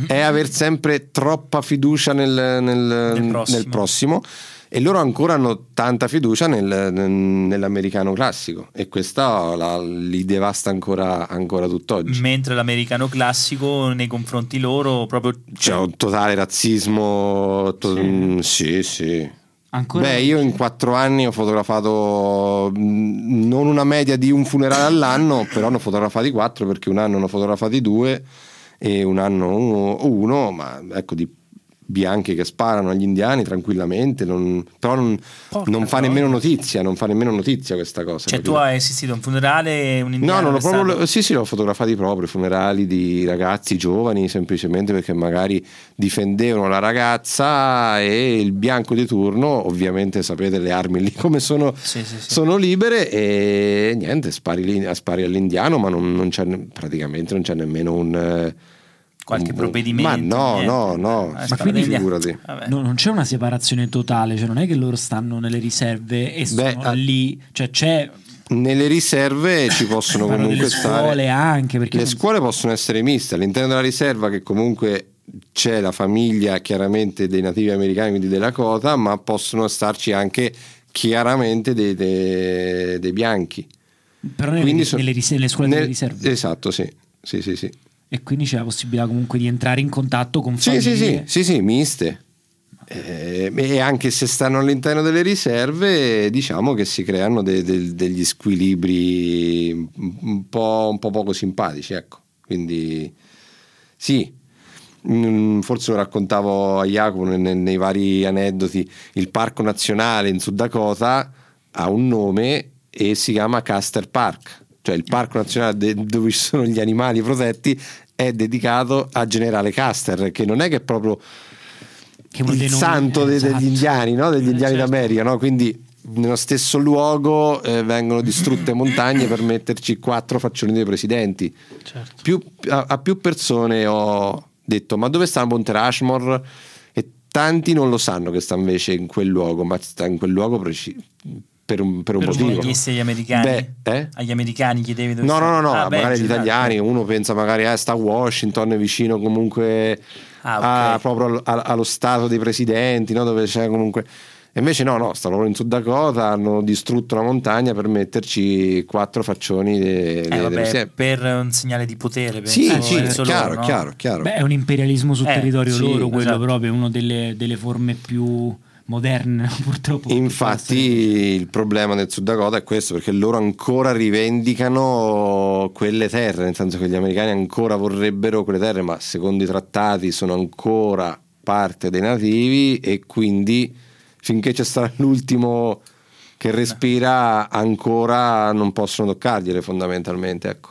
C: è aver sempre troppa fiducia nel, nel- nel prossimo.
A: prossimo.
C: e loro ancora hanno tanta fiducia nel- nel- nell'americano classico e questa la- li devasta ancora, ancora tutt'oggi.
A: Mentre l'americano classico nei confronti loro proprio...
C: C'è un totale razzismo. to-
B: Sì.
C: mm, sì, sì.
D: Ancora
C: Beh, io in quattro anni ho fotografato mh, non una media di un funerale all'anno, però ne ho fotografati quattro perché un anno ne ho fotografati due e un anno uno, uno, ma ecco di bianchi che sparano agli indiani tranquillamente, non- però non,
A: Porca
C: non fa
A: troia.
C: nemmeno notizia, non fa nemmeno notizia questa cosa.
A: Cioè,
C: capito?
A: tu hai assistito a un funerale, un indiano
C: No, non l'ho
A: che è
C: proprio.
A: stato-
C: Sì, sì, l'ho fotografati proprio. I funerali di ragazzi giovani, semplicemente perché magari difendevano la ragazza e il bianco di turno, ovviamente sapete le armi lì come sono,
A: Sì, sì, sì.
C: sono libere e niente, spari, lì- spari all'indiano, ma non, non c'è ne- praticamente non c'è nemmeno un. eh,
A: Qualche
C: un-
A: provvedimento,
C: Ma no,
A: niente.
C: no, no.
A: Ah,
C: Ma
A: spara
C: quindi
A: negli-
C: figurati.
A: Vabbè.
D: No, non c'è una separazione totale, cioè non è che loro stanno nelle riserve e
C: Beh,
D: sono
C: ah,
D: lì, cioè c'è
C: Nelle riserve ci possono
D: Fanno
C: comunque
D: delle
C: stare.
D: scuole anche perché
C: Le
D: sono-
C: scuole possono essere miste all'interno della riserva che comunque c'è la famiglia chiaramente dei nativi americani, quindi della cota, ma possono starci anche chiaramente dei, dei- dei bianchi.
D: però nelle,
C: Quindi so-
D: nelle ris- nelle scuole
C: nel-
D: delle riserve
C: Esatto, sì. Sì, sì, sì.
D: e quindi c'è la possibilità comunque di entrare in contatto con
C: Sì,
D: famiglie.
C: sì, sì, sì, sì, miste. Eh, e anche se stanno all'interno delle riserve, diciamo che si creano de- de- degli squilibri un po', un po' poco simpatici. Ecco. Quindi sì, Mm, forse lo raccontavo a Jacopo ne- nei, vari aneddoti. Il parco nazionale in Sud Dakota ha un nome e si chiama Custer Park, cioè il parco nazionale de- dove ci sono gli animali protetti è dedicato a generale Custer, che non è che è proprio
D: Che è uno
C: il
D: dei nomi-
C: santo de-
D: esatto.
C: degli indiani, no? degli
B: Eh,
C: indiani
B: certo.
C: d'America, no? quindi nello stesso luogo eh, vengono distrutte montagne per metterci quattro faccioni dei presidenti.
B: Certo.
C: Più- a, a più persone ho detto ma dove sta il Monte Rushmore? E tanti non lo sanno che sta invece in quel luogo, ma sta in quel luogo preci- per un, per un
B: Per un
A: Come
C: motivo.
A: chiesti agli americani?
C: Beh, eh?
A: Agli americani chiedevi dove
C: No, no,
A: sta-
C: no, no,
A: Ah, beh,
C: magari agli
A: esatto.
C: italiani, uno pensa magari eh, sta a Washington, è vicino comunque
A: Ah, ok.
C: a- proprio al- al- allo stato dei presidenti, no? dove c'è comunque... E invece no, no, stavano in Sud Dakota, hanno distrutto la montagna per metterci quattro faccioni. De,
A: Eh,
C: de-
A: vabbè,
C: dello Step.
A: per un segnale di potere, penso,
C: sì,
A: eh,
C: sì,
A: verso loro,
C: chiaro,
A: no?
C: chiaro, chiaro.
D: Beh, è un imperialismo sul
A: Eh,
D: territorio
A: sì,
D: loro, quello
A: esatto.
D: proprio, è una delle, delle forme più moderne, purtroppo.
C: Infatti il problema del Sud Dakota è questo perché loro ancora rivendicano quelle terre, nel senso che gli americani ancora vorrebbero quelle terre, ma secondo i trattati sono ancora parte dei nativi e quindi finché c'è sarà l'ultimo che respira ancora non possono toccargliele fondamentalmente, ecco.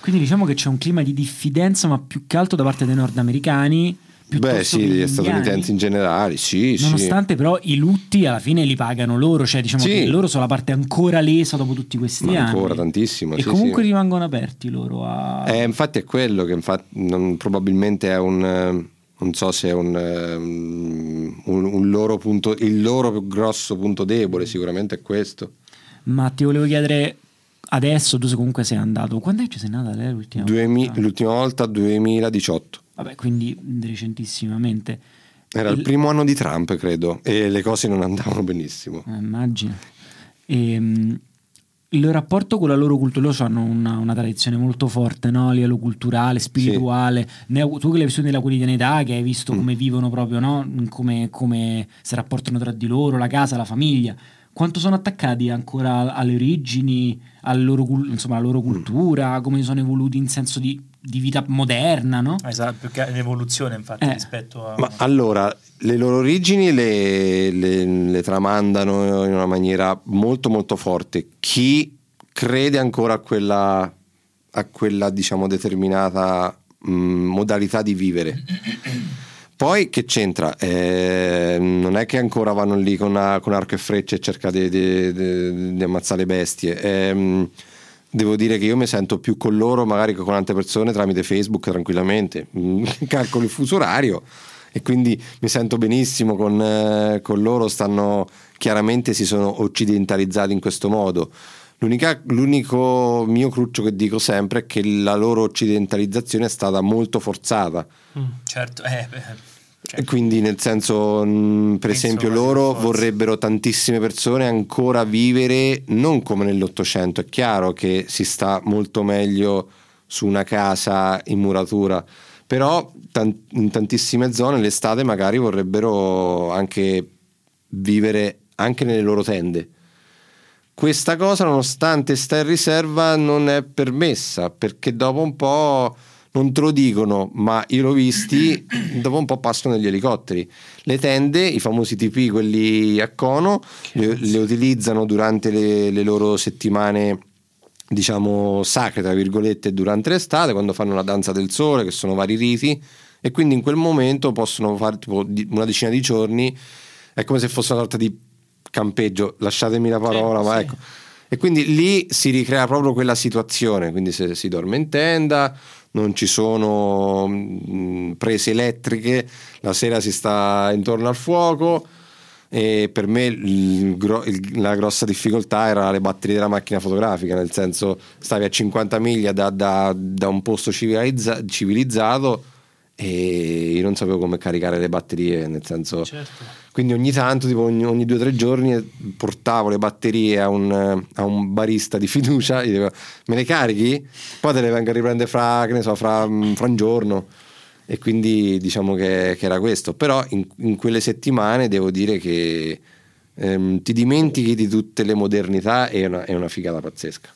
D: Quindi diciamo che c'è un clima di diffidenza, ma più che altro da parte dei nordamericani. piuttosto
C: Beh,
D: che
C: sì,
D: degli
C: gli statunitensi in
D: indiani.
C: generale, sì, sì.
D: Nonostante però i lutti alla fine li pagano loro, cioè diciamo
C: Sì.
D: che loro sono la parte ancora lesa dopo tutti questi
C: Ma
D: anni.
C: ancora tantissimo,
D: E
C: sì,
D: comunque
C: sì.
D: rimangono aperti loro a...
C: Eh, infatti è quello che infa- non- probabilmente è un... eh, Non so se è un, eh, un- un loro punto, il loro più grosso punto debole, sicuramente è questo.
D: Ma ti volevo chiedere adesso, tu se comunque sei andato, quando è che ci sei andata lei l'ultima
C: Duemi-
D: volta?
C: l'ultima volta 2018,
D: Vabbè, quindi recentissimamente.
C: era il...
D: Il-
C: primo anno di Trump credo e le cose non andavano benissimo.
D: Eh, immagino. Ehm, il rapporto con la loro cultura, loro hanno una, una tradizione molto forte no? a livello culturale, spirituale. Ne- tu che l'hai vissuto nella quotidianità, che hai visto come vivono proprio, no? come, come si rapportano tra di loro, la casa, la famiglia. Quanto sono attaccati ancora alle origini, al loro cul- insomma, alla loro cultura, come sono evoluti in senso di, di vita moderna, no?
A: Esatto, più che l'evoluzione infatti
D: Eh.
A: rispetto a...
C: Ma allora, le loro origini le, le- le tramandano in una maniera molto molto forte. Chi crede ancora a quella, a quella diciamo, determinata mh, modalità di vivere. Poi che c'entra? Eh, non è che ancora vanno lì con, a- con arco e frecce e cercano di, di- di- di ammazzare bestie. Ehm, devo dire che io mi sento più con loro magari che con altre persone tramite Facebook tranquillamente. Mm, Calcolo il fuso orario e quindi mi sento benissimo con, eh, con loro. Stanno, chiaramente si sono occidentalizzati in questo modo. L'unica- l'unico mio cruccio che dico sempre è che la loro occidentalizzazione è stata molto forzata.
A: Certo, eh, beh, cioè,
C: E quindi nel senso, mh, per
A: Penso
C: esempio,
A: quasi
C: loro
A: per forza.
C: vorrebbero tantissime persone ancora vivere non come nell'Ottocento, è chiaro che si sta molto meglio su una casa in muratura, però tan- in tantissime zone l'estate magari vorrebbero anche vivere anche nelle loro tende. Questa cosa, nonostante sta in riserva, non è permessa perché dopo un po' non te lo dicono, ma io l'ho visti, dopo un po' passano negli elicotteri. Le tende, i famosi TP, quelli a cono, le, le utilizzano durante le, le loro settimane diciamo sacre tra virgolette durante l'estate quando fanno la danza del sole che sono vari riti e quindi in quel momento possono fare tipo di- una decina di giorni è come se fosse una sorta di campeggio lasciatemi la parola ma ecco e quindi lì si ricrea proprio quella situazione quindi se si dorme in tenda non ci sono mh, prese elettriche la sera si sta intorno al fuoco e per me il gro- il- la grossa difficoltà era le batterie della macchina fotografica, nel senso stavi a 50 miglia da, da- da un posto civilizza- civilizzato e io non sapevo come caricare le batterie, nel senso...
B: Certo.
C: Quindi ogni tanto, tipo ogni, ogni due o tre giorni, eh, portavo le batterie a un, eh, a un barista di fiducia, gli dicevo, me le carichi, poi te le vengo a riprendere fra, che ne so, fra, mm, fra un giorno. E quindi diciamo che, che era questo. Però in, in quelle settimane devo dire che ehm, ti dimentichi di tutte le modernità e è una, è una figata pazzesca.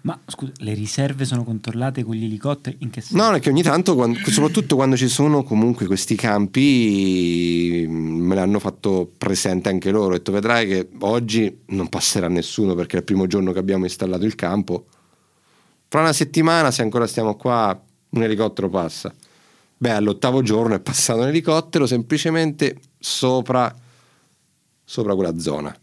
D: Ma scusa, le riserve sono controllate con gli elicotteri? In che senso?
C: No, è che ogni tanto, quan- soprattutto quando ci sono comunque questi campi, mm, me l'hanno fatto presente anche loro. Ho detto, vedrai che oggi non passerà nessuno perché è il primo giorno che abbiamo installato il campo. Fra una settimana, se ancora stiamo qua, un elicottero passa. Beh, all'ottavo giorno è passato un elicottero semplicemente sopra, sopra quella zona.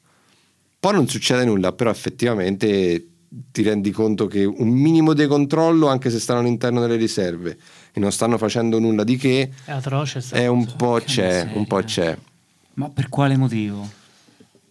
C: Poi non succede nulla, però effettivamente ti rendi conto che un minimo di controllo, anche se stanno all'interno delle riserve e non stanno facendo nulla di che,
B: È atroce. sta
C: è un
B: cosa.
C: po'
D: Esatto. Che
C: c'è,
D: miseria.
C: un po' c'è.
D: Ma per quale motivo?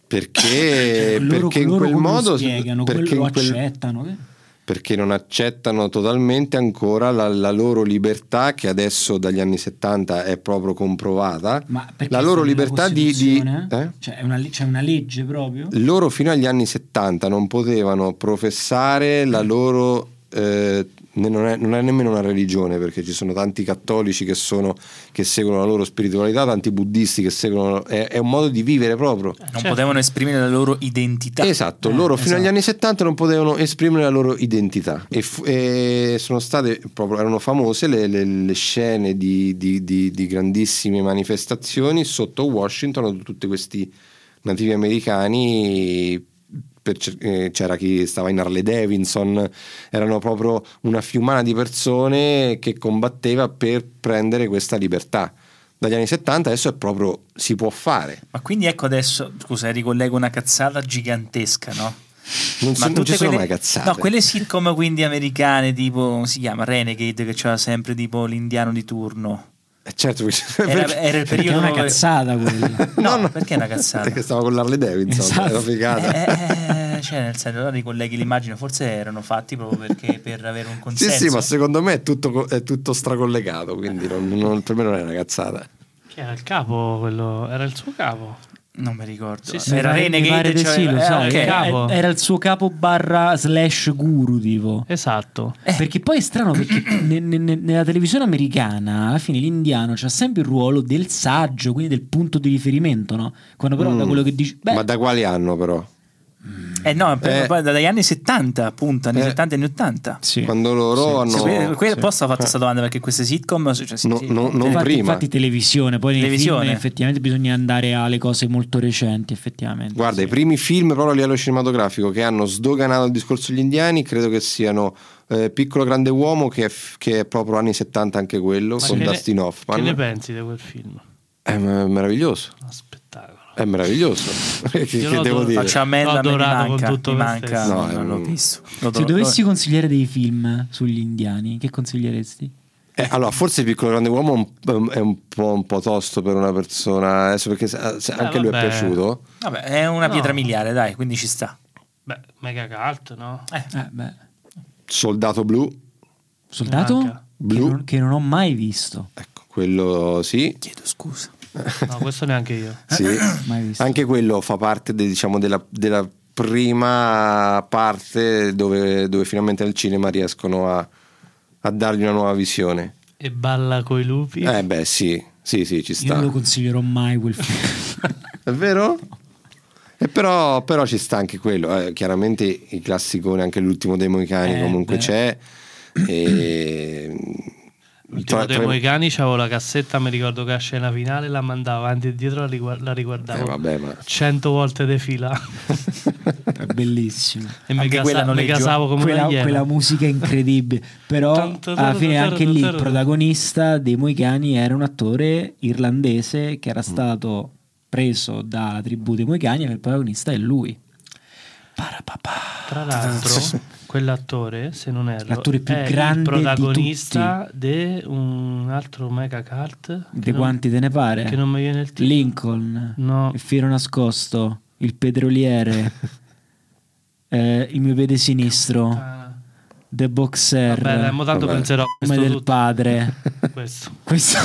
C: Perché,
D: Loro-
C: perché in Eh, quel
D: Cioè, loro come lo
C: modo
D: spiegano,
C: perché
D: quello
C: in quel-
D: accettano. che-
C: perché non accettano totalmente ancora la, la loro libertà che adesso dagli anni 70 è proprio comprovata,
D: Ma perché
C: la loro
D: nella
C: libertà di... di
D: Costituzione,
C: eh?
D: Cioè, è una, le- c'è una legge proprio?
C: loro fino agli anni 70 non potevano professare la loro... eh, ne- non, è, non è nemmeno una religione perché ci sono tanti cattolici che, sono, che seguono la loro spiritualità, tanti buddisti che seguono... È, è un modo di vivere proprio.
A: Non
B: Certo.
A: potevano esprimere la loro identità.
C: Esatto,
D: Eh,
C: loro fino
D: esatto.
C: agli anni 70 non potevano esprimere la loro identità e, fu- e sono state proprio, erano famose le, le- le scene di, di- di- di grandissime manifestazioni sotto Washington di tutti questi nativi americani. per cer- eh, c'era chi stava in Harley Davidson, erano proprio una fiumana di persone che combatteva per prendere questa libertà. Dagli anni 70 adesso è proprio si può fare.
A: Ma quindi ecco adesso, scusa, eh, ricollego una cazzata gigantesca, no?
C: Non, so- non
A: tutte
C: ci sono
A: quelle-
C: mai cazzate.
A: No, quelle sitcom quindi americane, tipo, come si chiama Renegade, che c'era sempre tipo l'indiano di turno.
C: Eh, Certo, perché-
A: Era, era il
D: Perché è
A: periodo...
D: una
A: dove-
D: cazzata quella.
A: No, perché è una cazzata?
C: Perché stavo con l'Harley Davidson,
D: Esatto.
C: era figata.
A: Eh, eh, cioè, nel senso, allora ricolleghi l'immagine, forse erano fatti proprio perché per avere un
C: sì,
A: consenso.
C: sì, ma secondo me è tutto, co- è tutto stracollegato, quindi non- non- per me non è una cazzata.
B: Che era il capo quello, era il suo capo.
A: Non mi ricordo.
B: Sì, sì,
A: era
D: Mi pare- mi
A: Renegade,
D: pare di
A: cioè,
D: sì, lo
A: eh,
D: sai,
A: ok.
B: il capo.
D: era, era il suo capo barra slash guru tipo.
B: Esatto.
A: Eh.
D: Perché poi è strano perché ne- ne- ne- nella televisione americana alla fine l'indiano c'ha sempre il ruolo del saggio, quindi del punto di riferimento, no? Quando però da
C: Mm.
D: quello che dici... Beh,
C: Ma da quali anno però?
A: Eh no, per-
C: Eh.
A: poi dagli anni 70, appunto, anni
C: Eh.
A: 70 e anni 80.
D: sì.
C: Quando loro
A: Sì,
C: hanno...
A: que- que- apposta ho fatto questa domanda perché queste sitcom cioè, sì,
C: Eh. No,
A: sì,
C: no, non
D: infatti,
C: prima.
D: infatti televisione, poi nei
A: Televisione.
D: film effettivamente bisogna andare alle cose molto recenti, effettivamente.
C: Guarda,
D: sì.
C: i primi film proprio a livello cinematografico che hanno sdoganato il discorso degli indiani credo che siano eh, Piccolo Grande Uomo, che è, f- che è proprio anni 70 anche quello,
B: Ma
C: con
B: che ne-
C: Dustin
B: Che ne
C: Hoffman. Eh,
B: pensi di quel film?
C: È m- meraviglioso,
B: Uno spettacolo.
C: è meraviglioso. che che
B: Io lo
C: devo
B: adoro.
C: dire?
A: Faccio a me,
B: L'ho
A: a me mi
B: adorato con
A: manca,
B: tutto
A: mi
B: me
A: manca.
B: stesso.
A: No,
C: No,
A: non l'ho
C: ehm,
A: visto. Lo
D: Se
A: do-
D: dovessi consigliare dei film sugli indiani, che consiglieresti?
C: Eh, allora, forse il piccolo grande uomo è un- è un po', un po' tosto per una persona, adesso perché se- se anche lui è
B: vabbè.
C: piaciuto.
A: Vabbè, è una
B: No.
A: pietra miliare, dai, quindi ci sta.
B: Beh, mega cult, no?
D: Eh, beh.
C: Soldato blu, ecco,
D: Soldato?
B: Manca.
C: Blu.
D: Che, non, che non ho mai visto.
C: ecco, quello sì.
A: Chiedo scusa.
B: No, questo neanche io.
C: sì.
D: Mai visto.
C: anche quello fa parte de- diciamo, della, della prima parte dove, dove finalmente al cinema riescono a, a dargli una nuova visione.
B: E balla coi lupi.
C: Eh beh sì, sì, sì, ci
D: Io non lo
C: sta.
D: consiglierò mai quel film.
C: È vero? E però, però ci sta anche quello. Eh, chiaramente il classicone, anche l'ultimo dei Moicani
D: Eh,
C: comunque
D: beh.
C: c'è. E...
B: L'ultimo dei Moicani c'avevo la cassetta, mi ricordo che la scena finale la mandavo avanti e dietro, la, riguar- la
C: Eh,
B: riguardavo
C: vabbè, ma...
B: 100 volte di fila.
D: È bellissimo.
B: e mi,
A: Anche
B: casa-
A: quella non
B: mi
A: leggo.
B: casavo come
D: Quella,
B: una iena.
D: quella musica incredibile. Però alla fine anche lì il protagonista dei Moicani era un attore irlandese che era stato preso dalla tribù dei Moicani e il protagonista è lui. Parapapà.
B: Tra l'altro, quell'attore, se non erro,
D: L'attore più
B: è
D: grande
B: il
D: di
B: protagonista di un altro mega cult. che
D: Di
B: non-
D: quanti te ne pare?
B: Che non mi viene il titolo.
D: Lincoln,
B: No.
D: il filo nascosto, il petroliere, eh, il mio piede sinistro,
B: Ah,
D: The Boxer,
B: Vabbè, dai, mo tanto
C: Vabbè.
B: penserò a
D: come
B: questo
D: del
B: tutto.
D: padre.
B: Questo.
D: Questo...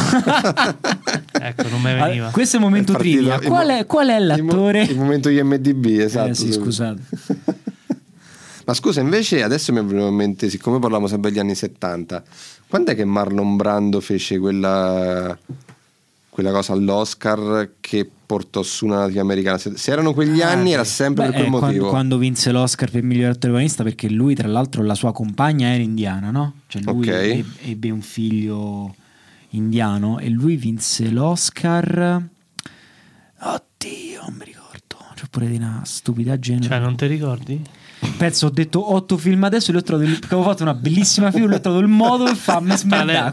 B: Ecco, non mi veniva.
D: Allora, questo è un momento
C: È partito
D: trivia.
C: il mo-
D: Qual è, qual è
C: il mo-
D: l'attore?
C: Il, momento IMDB, esatto.
D: Eh, sì, scusate.
C: Ma scusa, invece adesso mi è venuto in mente, siccome parliamo sempre degli anni 70, quando è che Marlon Brando fece quella, quella cosa all'Oscar che portò su una nativa americana? Se, se erano quegli
D: Ah,
C: anni
D: sì.
C: era sempre
D: Beh,
C: per quel
D: eh, quando-
C: motivo.
D: Quando vinse l'Oscar per miglior attore protagonista, perché lui, tra l'altro, la sua compagna era indiana, no? Cioè,
C: Ok.
D: lui eb- ebbe un figlio indiano e lui vinse l'Oscar. Oddio, non mi ricordo. C'ho pure di una stupidaggine.
B: Cioè, non ti ricordi?
D: Penso ho detto otto film adesso, li ho trovato, perché avevo fatto una bellissima film, ho trovato il modo per farmi smerda.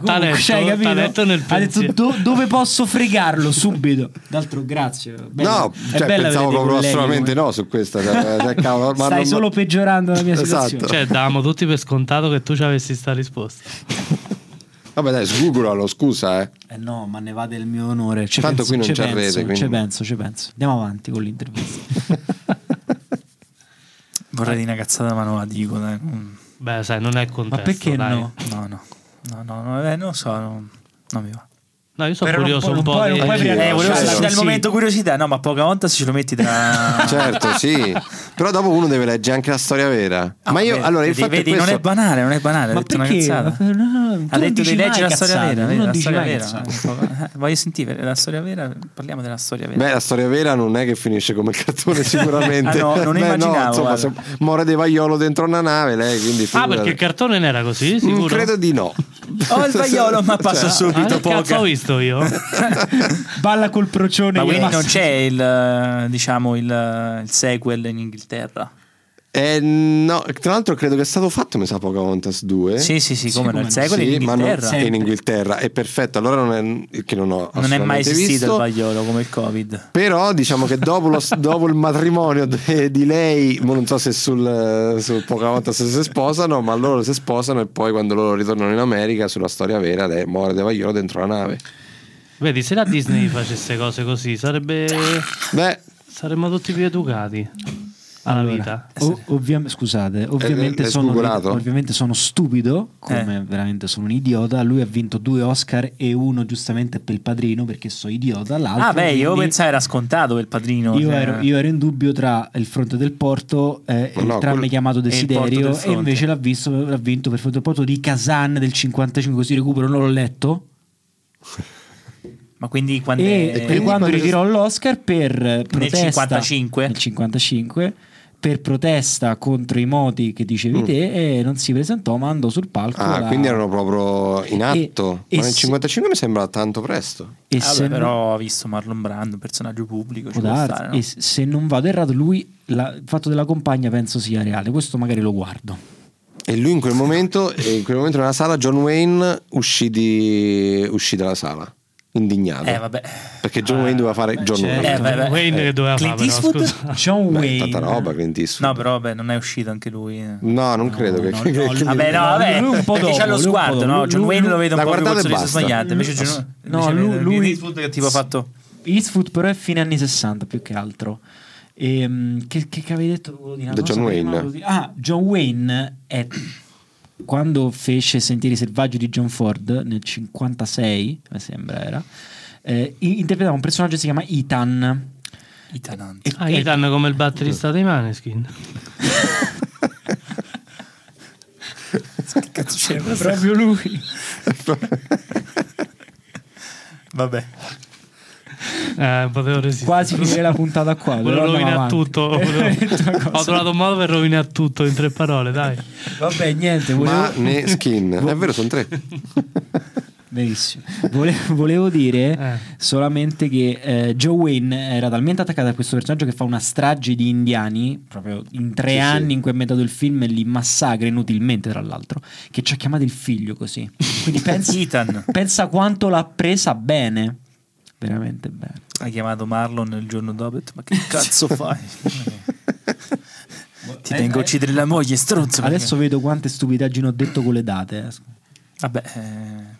B: Tale-
D: Comunque,
B: talento-
D: cioè, hai capito?
B: talento nel
D: ha detto
B: pensiero.
D: "Do- dove posso fregarlo subito. D'altro grazie. Bella-
C: No,
D: è
C: cioè,
D: bella
C: pensavo
D: vedere i
C: proprio
D: colleghi
C: assolutamente
D: come-
C: no su questa. cioè, cioè, cavolo, Marlon-
D: Stai solo peggiorando la mia
C: Esatto.
D: situazione.
B: Cioè, davamo tutti per scontato che tu ci avessi sta risposta.
C: Vabbè dai, sgugolalo, scusa eh.
D: Eh no, ma ne va del mio onore. Ci
C: Tanto
D: penso,
C: qui non
D: ci
C: c'è
D: penso,
C: rete, quindi.
D: Ci penso, ci penso. Andiamo avanti con l'intervista.
A: Vorrei di una cazzata, ma non la dico. Dai. Mm.
B: Beh, sai, non è il
D: Ma
B: contesto.
D: perché
B: dai.
D: no?
A: No, no, no, no, no, eh, non lo so, non, non mi va.
B: No, io sono
A: Però non
B: curioso
A: puoi-
B: un po'.
A: non puoi-
B: di...
A: non puoi
C: Anch'io,
A: aprire- eh,
C: anch'io.
A: volevo-
C: Certo,
A: dal
B: sì.
A: momento curiosità, no, ma Pocahontas se ce lo metti tra...
C: Certo, sì. Però dopo uno deve leggere anche la storia vera.
A: Ah,
C: Ma io,
A: vabbè,
C: allora, il
A: vedi,
C: fatto
A: vedi,
C: è questo.
A: non è banale, non è banale, ha
D: Ma
A: Eh, detto una
D: perché?
A: cazzata.
D: Ma- no,
A: ha
D: tu non
A: detto
D: dici
A: di
D: mai
A: leggere la storia
D: cazzate,
A: vera,
D: tu
A: vedi,
D: non
A: la
D: dici
A: storia
D: mai
A: vera.
D: cazzate.
A: Eh, Voglio sentire la storia vera, parliamo della storia vera.
C: Beh, la storia vera non è che finisce come il cartone, sicuramente.
A: Ah, no, non
C: Beh,
A: immaginavo,
C: insomma,
A: guarda.
C: se muore di vaiolo dentro una nave, lei quindi.
B: Ah,
C: figurati.
B: perché il cartone non era così,
C: Mm,
B: sicuro?
C: Credo di no.
A: Oh, il vaiolo, ma passa
B: Ah,
A: subito,
B: che cazzo
A: Poca.
B: ho visto io?
D: Balla col procione.
A: Ma
D: che
A: quindi
D: passa.
A: non c'è il, eh, diciamo, il, eh, il sequel in Inghilterra?
C: Eh, no, tra l'altro credo che sia stato fatto, mi sa, Pocahontas 2.
A: Sì, sì, sì, come
D: come
A: no, il
D: no.
A: sequel in
C: Sì, ma non,
A: Inghilterra.
C: sì, in Inghilterra è perfetto. Allora non è che non ho
A: Non è mai
C: assolutamente
A: esistito il
C: visto.
A: vaiolo come il Covid.
C: Però diciamo che dopo, lo- dopo il matrimonio de- di lei, mo non so se sul, sul Pocahontas si sposano, ma loro si sposano e poi quando loro ritornano in America sulla storia vera lei muore di vaiolo dentro la nave.
B: Vedi, se la Disney facesse cose così, sarebbe...
C: Beh,
B: saremmo tutti più educati alla vita.
A: eh,
B: Oh,
D: o- ovvia-
C: Eh,
D: scusate, ovviamente,
C: l'hai
D: sono,
C: sgoogolato?
D: ovviamente sono stupido,
A: Eh.
D: come veramente sono un idiota. Lui ha vinto due Oscar e uno giustamente per il padrino perché sono idiota. L'altro
A: Ah, beh, io
D: quindi-
A: pensavo era scontato il padrino.
D: io
A: cioè-
D: ero, io ero in dubbio tra il fronte del porto eh, e
C: Ma no,
D: il tram
C: quello-
D: chiamato
A: e il porto del
D: Desiderio e,
A: fronte.
D: invece l'ha, visto- l'ha vinto per il fronte del porto di Kazan del 55 così recupero non l'ho letto
A: Ma quindi quando...
D: Eh,
A: è-
D: e,
C: quindi quando-
D: quando ritirò l'Oscar per eh, protesta
A: 55?
D: nel 55, per protesta contro i moti che dicevi te e non si presentò ma andò sul palco
C: Mm. ah,
D: la-
C: quindi erano proprio in atto.
D: e
C: ma nel
D: se-
C: 55 mi sembra tanto presto.
D: e
A: Ah,
D: se
A: beh,
D: non-
A: però ha visto Marlon Brando, un personaggio pubblico. Ci
D: può
A: può
D: darsi.
A: stare, no?
D: E se- se non vado errato lui la- il fatto della compagna penso sia reale questo magari lo guardo
C: E lui in quel momento, e in quel momento nella sala, John Wayne uscì, di- uscì dalla sala, indignato.
A: Eh, vabbè.
C: Perché John Wayne doveva fare John
D: certo.
C: Wayne.
A: Eh, beh, beh.
B: Wayne che doveva
A: Clint
B: fare, però,
A: Eastwood?
B: Ah, scusa.
D: John
C: Beh,
D: Wayne
C: tanta roba, Clint Eastwood.
A: No, però beh, non è uscito anche lui. eh.
C: No, non credo che...
D: no,
C: che-
D: no,
C: che-
A: Vabbè, no,
D: No,
A: vabbè,
D: lui un po'
A: perché
D: dopo,
A: c'ha lo
D: lui un po'
A: sguardo,
D: dopo.
A: no?
D: Lui-
A: John
D: lui-
A: Wayne lo vedo un
C: l'ha
A: po' con
C: guardato e
A: sorriso
C: basta.
A: sbagliato, invece
D: Mm,
A: John-
D: no,
A: invece
D: lui-
A: Clint
D: lui-
A: Eastwood che tipo ha fatto
D: Eastwood però è fine anni 60 più che altro. Ehm, che, che, che avevi detto? Volevo dire una
C: The
D: cosa
C: John
D: prima,
C: Wayne.
D: volevo dire- Ah, John Wayne è quando fece Sentieri selvaggi di John Ford nel 56, mi sembra era, eh, i- interpretava un personaggio che si chiama Ethan.
A: i tananti.
D: E-
B: Ah,
D: e-
B: gli danno come il batterista dei Maneskin.
A: Che cazzo c'è?
D: è proprio lui.
A: Vabbè.
B: Eh, potevo resistere.
D: Quasi finire la puntata qua. però
B: Volevo
D: andiamo
B: rovinare
D: avanti.
B: tutto. volevo- Ho trovato un modo per rovinare tutto in tre parole, dai.
D: Vabbè, niente, volevo...
C: Ma ne skin. È vero, sono tre.
D: Benissimo. Vole- volevo dire
B: Eh.
D: solamente che eh, Joe Wayne era talmente attaccato a questo personaggio che fa una strage di indiani, proprio in tre
C: Sì, sì.
D: anni in cui è metà del film e li massacra inutilmente, tra l'altro, che ci ha chiamato il figlio così. Quindi pensa,
A: Ethan
D: pensa quanto l'ha presa bene. Veramente bene.
A: ha chiamato Marlon il giorno dopo e ha detto, ma che cazzo fai? Ti tengo a uccidere la moglie, stronzo.
D: Adesso vedo quante stupidaggini ho detto con le date. eh.
A: Vabbè, eh,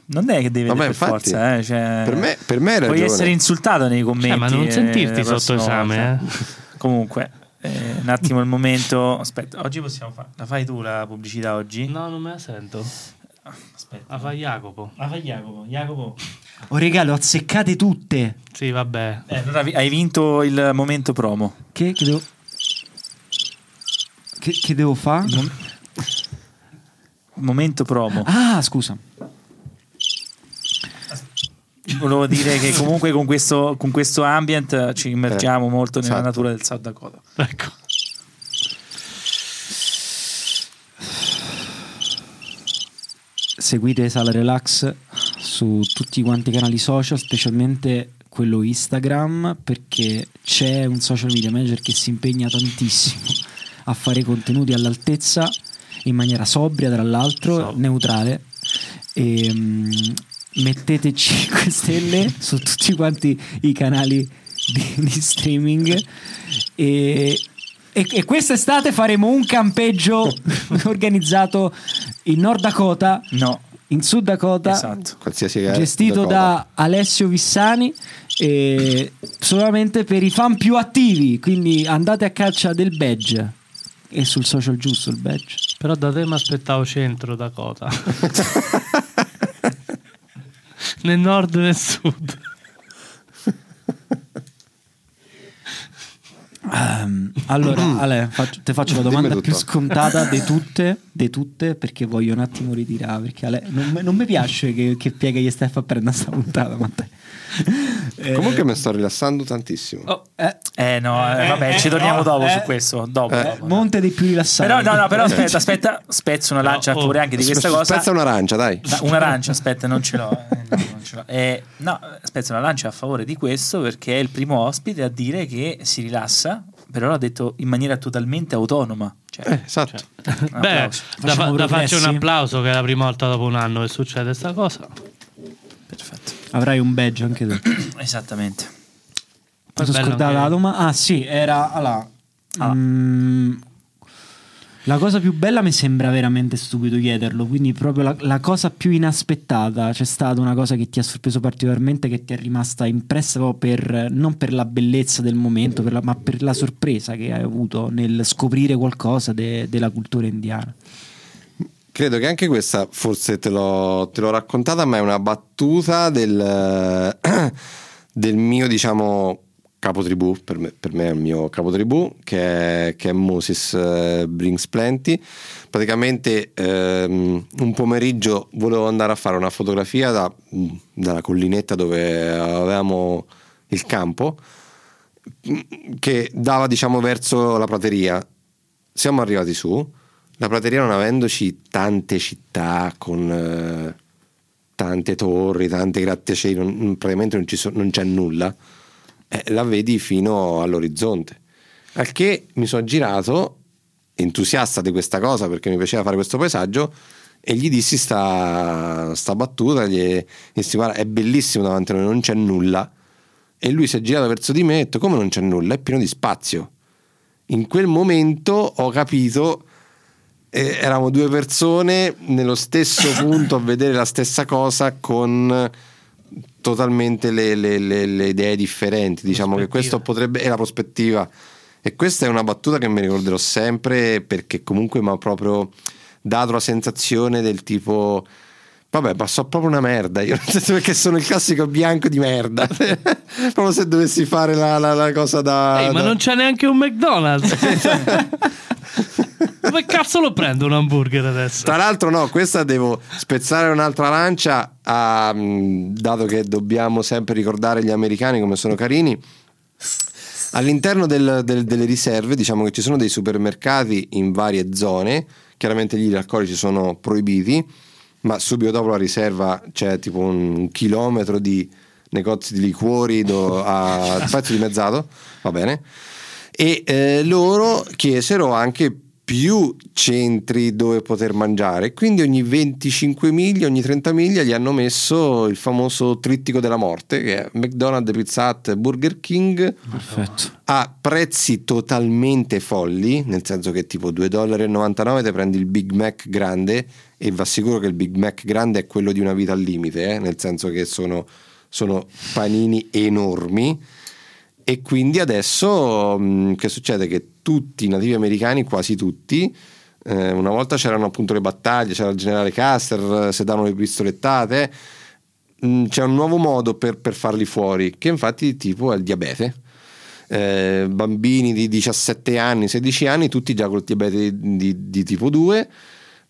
A: non è che deve
C: Vabbè,
A: per
C: infatti,
A: forza, eh, cioè,
C: per me- per me hai
A: Puoi
C: ragione.
A: essere insultato nei commenti.
B: Eh, ma non
A: eh,
B: sentirti
A: la
B: sotto
A: prossima
B: esame,
A: volta. Comunque, eh, un attimo il momento. Aspetta, oggi possiamo fare. La fai tu la pubblicità oggi?
B: No, non me la sento.
A: Aspetta.
B: La fa Jacopo.
A: La fai Jacopo. Jacopo.
D: Oh, regalo, azzeccate tutte.
B: Sì, vabbè.
A: Eh, allora vi- hai vinto il momento promo.
D: Che, che devo... Che, che devo fare?
A: Momento promo.
D: Ah, scusa.
A: Volevo dire che comunque con questo, con questo ambient eh, ci immergiamo molto nella
C: esatto.
A: natura del South Dakota.
B: Ecco.
D: seguite Sala Relax su tutti quanti i canali social, specialmente quello Instagram, perché c'è un social media manager che si impegna tantissimo a fare contenuti all'altezza, in maniera sobria tra l'altro, neutrale. E, mm, mettete 5 stelle su tutti quanti i canali di, di streaming e, e, e quest'estate faremo un campeggio organizzato in Nord Dakota,
A: No,
D: in Sud Dakota,
A: esatto.
C: Qualsiasi che è,
D: gestito
C: Eh, Dakota.
D: da Alessio Vissani. e solamente per i fan più attivi, quindi andate a caccia del badge. e sul social giusto il badge.
B: Però da te mi aspettavo centro Dakota. nel nord e nel sud.
D: Ehm, allora, Ale, faccio- te faccio la domanda
C: Mm. Dimmi tutto.
D: più scontata di tutte, di tutte, perché voglio un attimo ritirare, perché Ale, non, me- non mi piace che, che piega gli Stefano prenda sta puntata, ma te. Eh,
C: Comunque mi sto rilassando tantissimo.
D: oh, eh,
A: Eh no, eh,
B: Eh,
A: vabbè,
B: eh,
A: ci torniamo
B: no,
A: dopo
B: eh.
A: su questo. Dopo.
C: Eh.
A: dopo.
D: Monte dei più rilassati.
A: Però, no, no, però aspetta, aspetta, spezzo una lancia
B: No, oh.
A: pure anche di questa
C: Spezza-
A: cosa.
C: Spezza un'arancia, dai.
A: Da- Un'arancia, aspetta, non ce l'ho. eh, no, non ce l'ho. Eh, no, spezzo una lancia a favore di questo perché è il primo ospite a dire che si rilassa, però l'ha detto in maniera totalmente autonoma. Cioè,
C: Eh, esatto.
A: un
B: Beh,
A: applauso.
B: da, fa-
D: Facciamo
B: da
D: progressi.
B: faccio un applauso che è la prima volta dopo un anno che succede questa cosa.
A: Perfetto.
D: Avrai un badge anche tu.
A: Esattamente.
D: Mi sono
B: bello
D: scordata
B: anche-
D: la domanda. Ah, sì, era. allora,
A: Ah.
D: mm, la cosa più bella mi sembra veramente stupido chiederlo. Quindi, proprio la, la cosa più inaspettata. C'è stata una cosa che ti ha sorpreso particolarmente, che ti è rimasta impressa proprio per, non per la bellezza del momento, per la- ma per la sorpresa che hai avuto nel scoprire qualcosa de- della cultura indiana.
C: Credo che anche questa forse te l'ho, te l'ho raccontata, ma è una battuta del, del mio, diciamo, capotribù, per me, per me è il mio capotribù, che è, che è Moses eh, Brings Plenty. Praticamente ehm, un pomeriggio volevo andare a fare una fotografia da- mm, dalla collinetta dove avevamo il campo, che dava, diciamo, verso la prateria. Siamo arrivati su. La prateria non avendoci tante città con eh, tante torri, tante grattacieli, non- non- praticamente non, ci so- non c'è nulla, eh, la vedi fino all'orizzonte. Al che mi sono girato, entusiasta di questa cosa perché mi piaceva fare questo paesaggio, e gli dissi sta, sta battuta, gli dissi guarda è bellissimo davanti a noi, non c'è nulla. E lui si è girato verso di me e ha detto come non c'è nulla, è pieno di spazio. In quel momento ho capito eh, eravamo due persone nello stesso punto a vedere la stessa cosa con totalmente le, le- le- le idee differenti. Diciamo che questo potrebbe è la prospettiva. E questa è una battuta che mi ricorderò sempre perché comunque mi ha proprio dato la sensazione del tipo. Vabbè, ma so proprio una merda. Io nel senso perché sono il classico bianco di merda. proprio se dovessi fare la, la- la cosa
A: Ah,
C: da.
B: Ehi, ma
C: da-
B: non c'è neanche un McDonald's. Dove cazzo lo prendo un hamburger adesso?
C: Tra l'altro, no, questa devo spezzare un'altra lancia, a- mh, dato che dobbiamo sempre ricordare gli americani come sono carini. All'interno del- del- delle riserve, diciamo che ci sono dei supermercati in varie zone, chiaramente gli alcolici sono proibiti, ma subito dopo la riserva c'è tipo un chilometro di negozi di liquori do- a a prezzo dimezzato, va bene. E eh, loro chiesero anche più centri dove poter mangiare, quindi ogni 25 miglia, ogni 30 miglia gli hanno messo il famoso trittico della morte, che è McDonald's, Pizza Hut, Burger King,
D: Perfetto.
C: a prezzi totalmente folli, nel senso che tipo 2,99 dollari te prendi il Big Mac grande e vi assicuro che il Big Mac grande è quello di una vita al limite, eh, nel senso che sono, sono panini enormi e quindi adesso mh, che succede? Che tutti i nativi americani, quasi tutti, eh, una volta c'erano appunto le battaglie, c'era il generale Caster, eh, se danno le pistolettate, mh, Mm, c'è un nuovo modo per, per farli fuori, che infatti tipo è il diabete. Eh, bambini di 17 anni, 16 anni, tutti già col diabete di, di- di tipo 2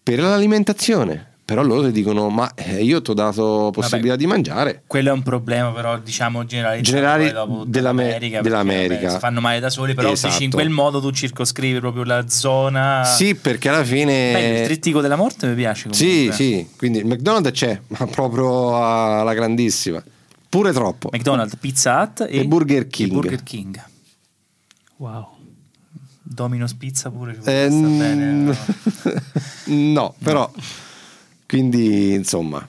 C: per l'alimentazione. Però loro ti dicono: Ma eh, io ti ho dato possibilità di mangiare.
A: Quello è un problema, però, diciamo, generale
C: Generali dell'Ame-
A: dell'America. perché,
C: dell'America.
A: vabbè, si fanno male da soli, però dici, in
C: Esatto.
A: quel modo tu circoscrivi proprio la zona.
C: Sì, perché alla
A: Ah. Beh, il
C: fine.
A: trittico della morte mi piace.
C: Sì,
A: Comunque.
C: sì, quindi il McDonald's c'è, ma proprio alla grandissima. Pure troppo.
A: McDonald's, Pizza Hut e,
C: E Burger
A: e
C: King.
A: Burger King.
B: Wow.
A: Domino's Pizza pure ci
C: Eh,
A: poteva sta bene.
C: mm,
A: no?
C: no, però. Quindi, insomma.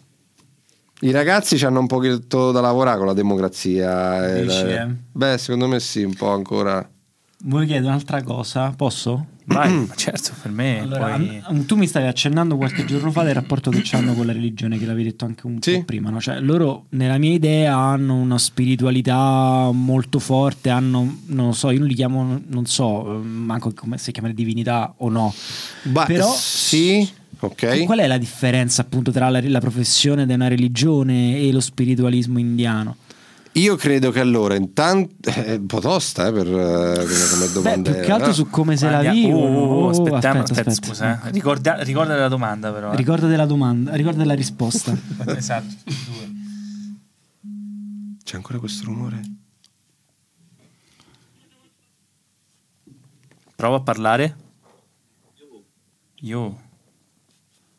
C: I ragazzi hanno un pochetto da lavorare con la democrazia. e
D: Dici,
C: la-
D: eh?
C: Beh, secondo me sì, un po' ancora.
D: Vuoi chiedere un'altra cosa? Posso?
A: Vai, ma certo, per me
D: Allora,
A: poi...
D: an- tu mi stavi accennando qualche giorno fa del rapporto che hanno con la religione, che l'avevi detto anche un
C: Sì.
D: po' prima. no? Cioè, loro, nella mia idea, hanno una spiritualità molto forte, hanno, non lo so, io non li chiamo, non so, eh, manco come se chiamare divinità o no.
C: Ba-
D: Però-
C: sì,
D: E
C: ok.
D: Qual è la differenza appunto tra la, la professione di una religione e lo spiritualismo indiano?
C: Io credo che allora intanto è un po' tosta eh, per eh, come, come eh.
D: Beh,
C: domanda.
D: più che altro
C: no?
D: su come se la
A: Guarda,
D: vivono.
A: oh, oh,
D: Oh,
A: aspettiamo,
D: aspetta,
A: aspetta,
D: aspetta.
A: scusa. eh. Ricorda, ricorda la domanda però. eh.
D: Ricorda della domanda, ricorda della risposta.
A: esatto, due.
C: C'è ancora questo rumore?
A: Prova a parlare. Io.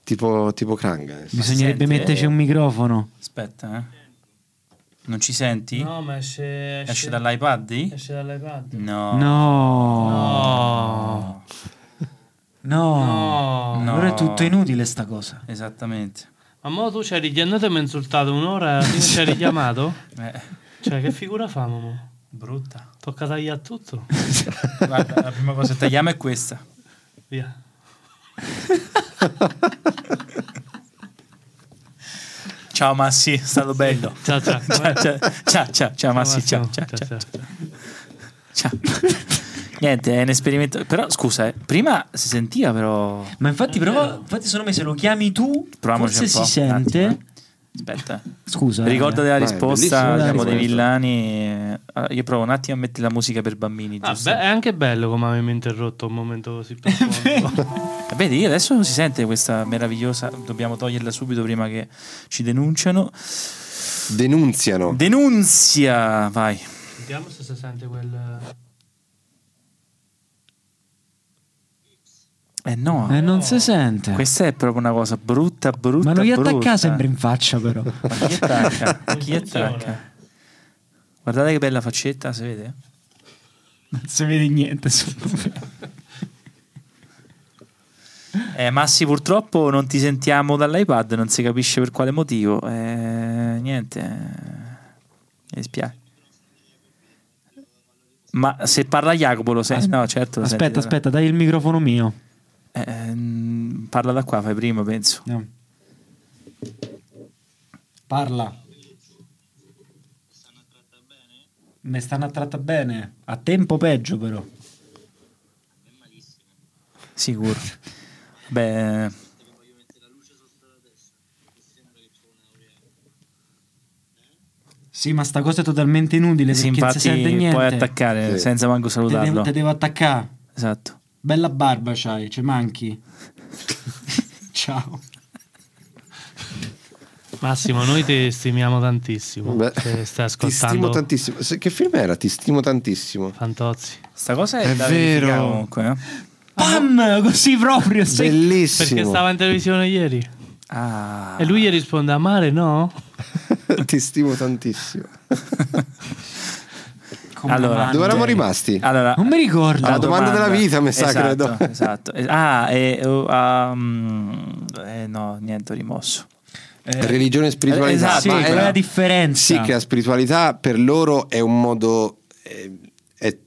C: Tipo, tipo Krang. eh.
D: Bisognerebbe
A: sente?
D: metterci un microfono.
A: Aspetta, eh. Non ci senti?
E: No, ma esce,
A: Esce dall'iPad?
E: esce dall'iPad.
A: No.
D: No.
A: No.
D: No.
A: No.
D: Allora è tutto inutile sta cosa.
A: Esattamente.
E: Ma mo tu ci hai richiamato e mi hai insultato un'ora, prima ci hai richiamato?
A: Eh,
E: Cioè, che figura fa, mo?
A: brutta.
E: Tocca tagliare tutto.
A: Guarda, la prima cosa che tagliamo è questa.
E: Via.
A: Ciao Massi, è stato bello.
E: Ciao, ciao.
A: Ciao, Cioè, ciao, ciao, ciao, ciao Massi, ciao,
E: Massimo.
A: ciao, ciao. ciao. Ciao. Niente, è un esperimento. Però scusa, eh, prima si sentiva però.
D: Ma infatti, prova, infatti secondo me se lo chiami tu,
A: Proviamoci
D: forse
A: un
D: si
A: po', un
D: sente.
A: attimo, eh. Aspetta.
D: Scusa. eh.
A: Ricorda della
C: Vai,
A: risposta,
C: bellissima
A: siamo dei
C: risposta.
A: villani. Allora, Io provo un attimo a mettere la musica per bambini,
E: Ah,
A: giusto?
E: beh, è anche bello come avevi interrotto un momento così profondo.
A: Eh, Vedi, adesso non si sente questa meravigliosa. Dobbiamo toglierla subito prima che ci denunciano.
C: Denunziano.
A: Denunzia! Vai.
E: Sentiamo se si sente quel...
A: Eh no,
D: Eh, non si sente.
A: questa è proprio una cosa brutta, brutta.
D: Ma non gli
A: brutta.
D: attacca sempre in faccia, però.
A: Ma chi attacca? Ma
E: Non
A: chi
E: funziona.
A: attacca? Guardate che bella faccetta, si vede?
D: non si vede niente. secondo me.
A: Eh, Massi, purtroppo non ti sentiamo dall'iPad, non si capisce per quale motivo. Eh, niente, eh, mi dispiace. Ma se parla Jacopo lo senti? No, certo. Lo
D: Ah, aspetta,
A: senti,
D: aspetta, dai il microfono mio.
A: però. Eh, ehm, parla da qua, fai prima, penso.
D: No. Parla. Mi stanno attratta bene. A tempo peggio, però.
A: Sicuro. Beh,
D: Sì, ma sta cosa è totalmente inutile.
A: sì,
D: perché non si sente
A: infatti
D: niente.
A: puoi attaccare
C: Sì.
A: senza manco
D: Te devo,
A: salutarlo.
D: te devo attaccare.
A: Esatto.
D: Bella barba c'hai, ci manchi. Ciao.
E: Massimo, noi ti stimiamo tantissimo.
C: Beh,
E: se stai
C: ti stimo
E: ascoltando
C: tantissimo. Se- Che film era? Ti stimo tantissimo.
E: Fantozzi.
A: Sta cosa è,
C: È
A: da
C: vero.
A: verificare comunque. eh.
D: Pam! Ah, Così proprio. Sei...
C: Bellissimo.
E: Perché stava in televisione ieri.
A: Ah.
E: E lui gli risponde, a mare no?
C: Ti stimo tantissimo.
D: Come
A: Allora,
D: avanti. Eh,
C: Dove eravamo rimasti?
A: Allora,
D: Non mi ricordo.
C: La domanda della vita, mi sa,
A: esatto,
C: credo.
A: Esatto. Es- Ah, e eh, um, eh, no, niente, ho rimosso.
D: eh,
C: Religione e spiritualità.
A: esatto,
D: sì,
C: ma
A: quella
C: è
D: qual è la differenza?
C: Sì, che la spiritualità per loro è un modo, è, è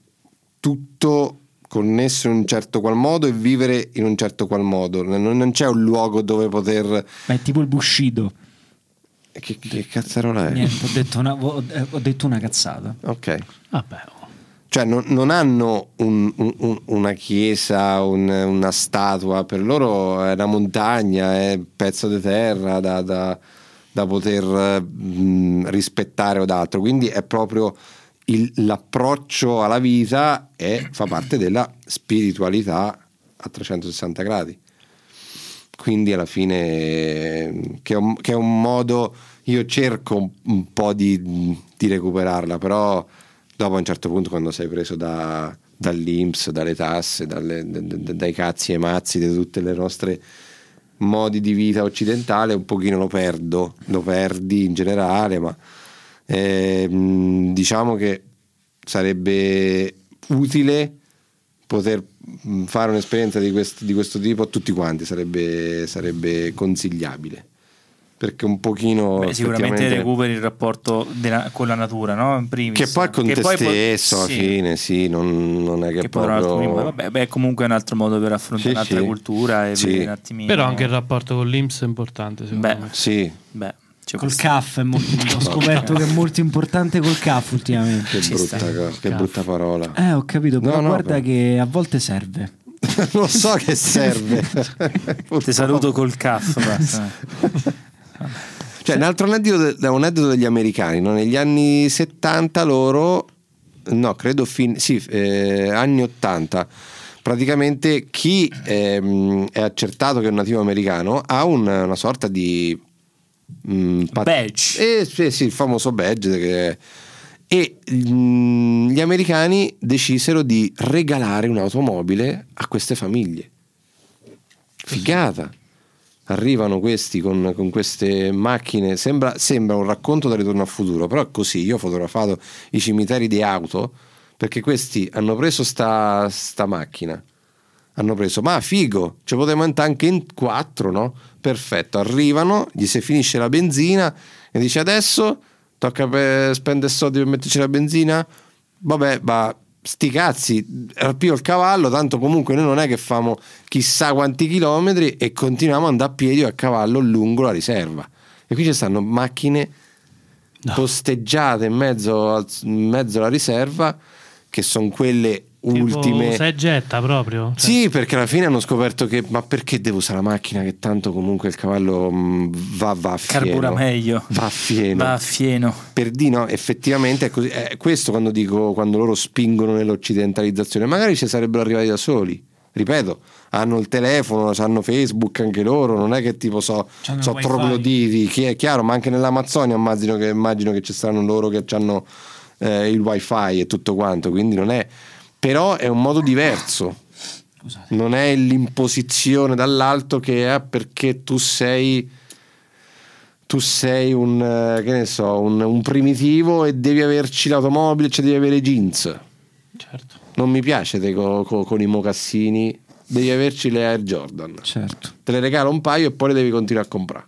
C: tutto connesso in un certo qual modo e vivere in un certo qual modo. Non, non c'è un luogo dove poter...
D: Ma è tipo il Bushido.
C: Che, che cazzarola è?
D: Niente, ho detto una, ho- eh, ho detto una cazzata.
C: Ok.
E: Vabbè, oh.
C: Cioè non, non hanno un- un- un- una chiesa, un- una statua, per loro è una montagna, è un pezzo di terra da, da- da poter eh, mh, rispettare o d'altro. Quindi è proprio il- l'approccio alla vita e fa parte della spiritualità a 360 gradi. Quindi alla fine eh, che è un, che è un modo, io cerco un, un po' di, di recuperarla, però dopo a un certo punto quando sei preso da, dall'Inps, dalle tasse, dalle- d- d- dai cazzi e mazzi di tutte le nostre modi di vita occidentale un pochino lo perdo, lo perdi in generale, ma ehm, diciamo che sarebbe utile poter mh, fare un'esperienza di questo, di questo tipo a tutti quanti, sarebbe, sarebbe consigliabile. perché un pochino...
A: Beh, sicuramente
C: effettivamente-
A: recuperi il rapporto della- con la natura, no? In primis.
C: Che poi con te
A: poi po-
C: stesso alla
A: sì,
C: fine, sì, non, non è che,
A: Che poi tra l'altro prima-
C: proprio...
A: vabbè, beh, comunque è un altro modo per affrontare
C: Sì,
A: un'altra
C: sì.
A: cultura e
C: Sì.
A: vedere un attimino.
B: Però anche il rapporto con l'Inps è importante, secondo
A: Beh.
B: me.
C: Sì,
A: Beh, c'è
D: Col
A: Cioè, questo.
D: CAF è molto- ho scoperto che è molto importante col CAF ultimamente.
C: che brutta, cosa, che brutta parola.
D: Eh, ho capito, però
C: No, no,
D: guarda
C: però-
D: che a volte serve.
C: non so che serve.
A: Ti saluto col caffè. basta.
C: Cioè, un altro aneddoto, da un aneddoto degli americani, no? negli anni 70 loro, no, credo fin, sì, eh, anni 80, praticamente chi ehm, è accertato che è un nativo americano ha un- una sorta di... mm, pat-
A: Badge.
C: Eh, sì, sì, il famoso badge che- E mm, gli americani decisero di regalare un'automobile a queste famiglie. Figata. Arrivano questi con, con queste macchine, sembra, sembra un racconto da ritorno al futuro, però è così, io ho fotografato i cimiteri di auto perché questi hanno preso sta, sta macchina, hanno preso, ma figo, ci potevamo andare anche in quattro, no? Perfetto, arrivano, gli si finisce la benzina e dice adesso tocca per spendere soldi per metterci la benzina, vabbè, ma sti cazzi, rapio il cavallo, tanto comunque noi non è che famo chissà quanti chilometri e continuiamo ad andare a piedi o a cavallo lungo la riserva. E qui ci stanno macchine posteggiate in mezzo, al- in mezzo alla riserva, che sono quelle ultime...
B: Tipo, se getta proprio. Cioè,
C: Sì, perché alla fine hanno scoperto che ma perché devo usare la macchina che tanto comunque il cavallo mh, va, va a fieno.
A: Carbura meglio.
C: Va a fieno.
A: Va a fieno.
C: Per di no, effettivamente è così. È questo quando dico quando loro spingono nell'occidentalizzazione, magari ci sarebbero arrivati da soli. Ripeto, hanno il telefono, hanno Facebook anche loro, non è che tipo so,
D: C'hanno
C: so
D: il wifi.
C: trogloditi, chi è chiaro, ma anche nell'Amazzonia immagino che, immagino che ci saranno loro che hanno il wifi e tutto quanto, quindi non è... Però è un modo diverso,
D: Scusate.
C: non è l'imposizione dall'alto che è perché tu sei tu sei un eh, che ne so un, un primitivo e devi averci l'automobile cioè devi avere i jeans
B: certo.
C: non mi piace te co- co- con i mocassini devi averci le Air Jordan
D: Certo.
C: te le regalo un paio e poi le devi continuare a comprare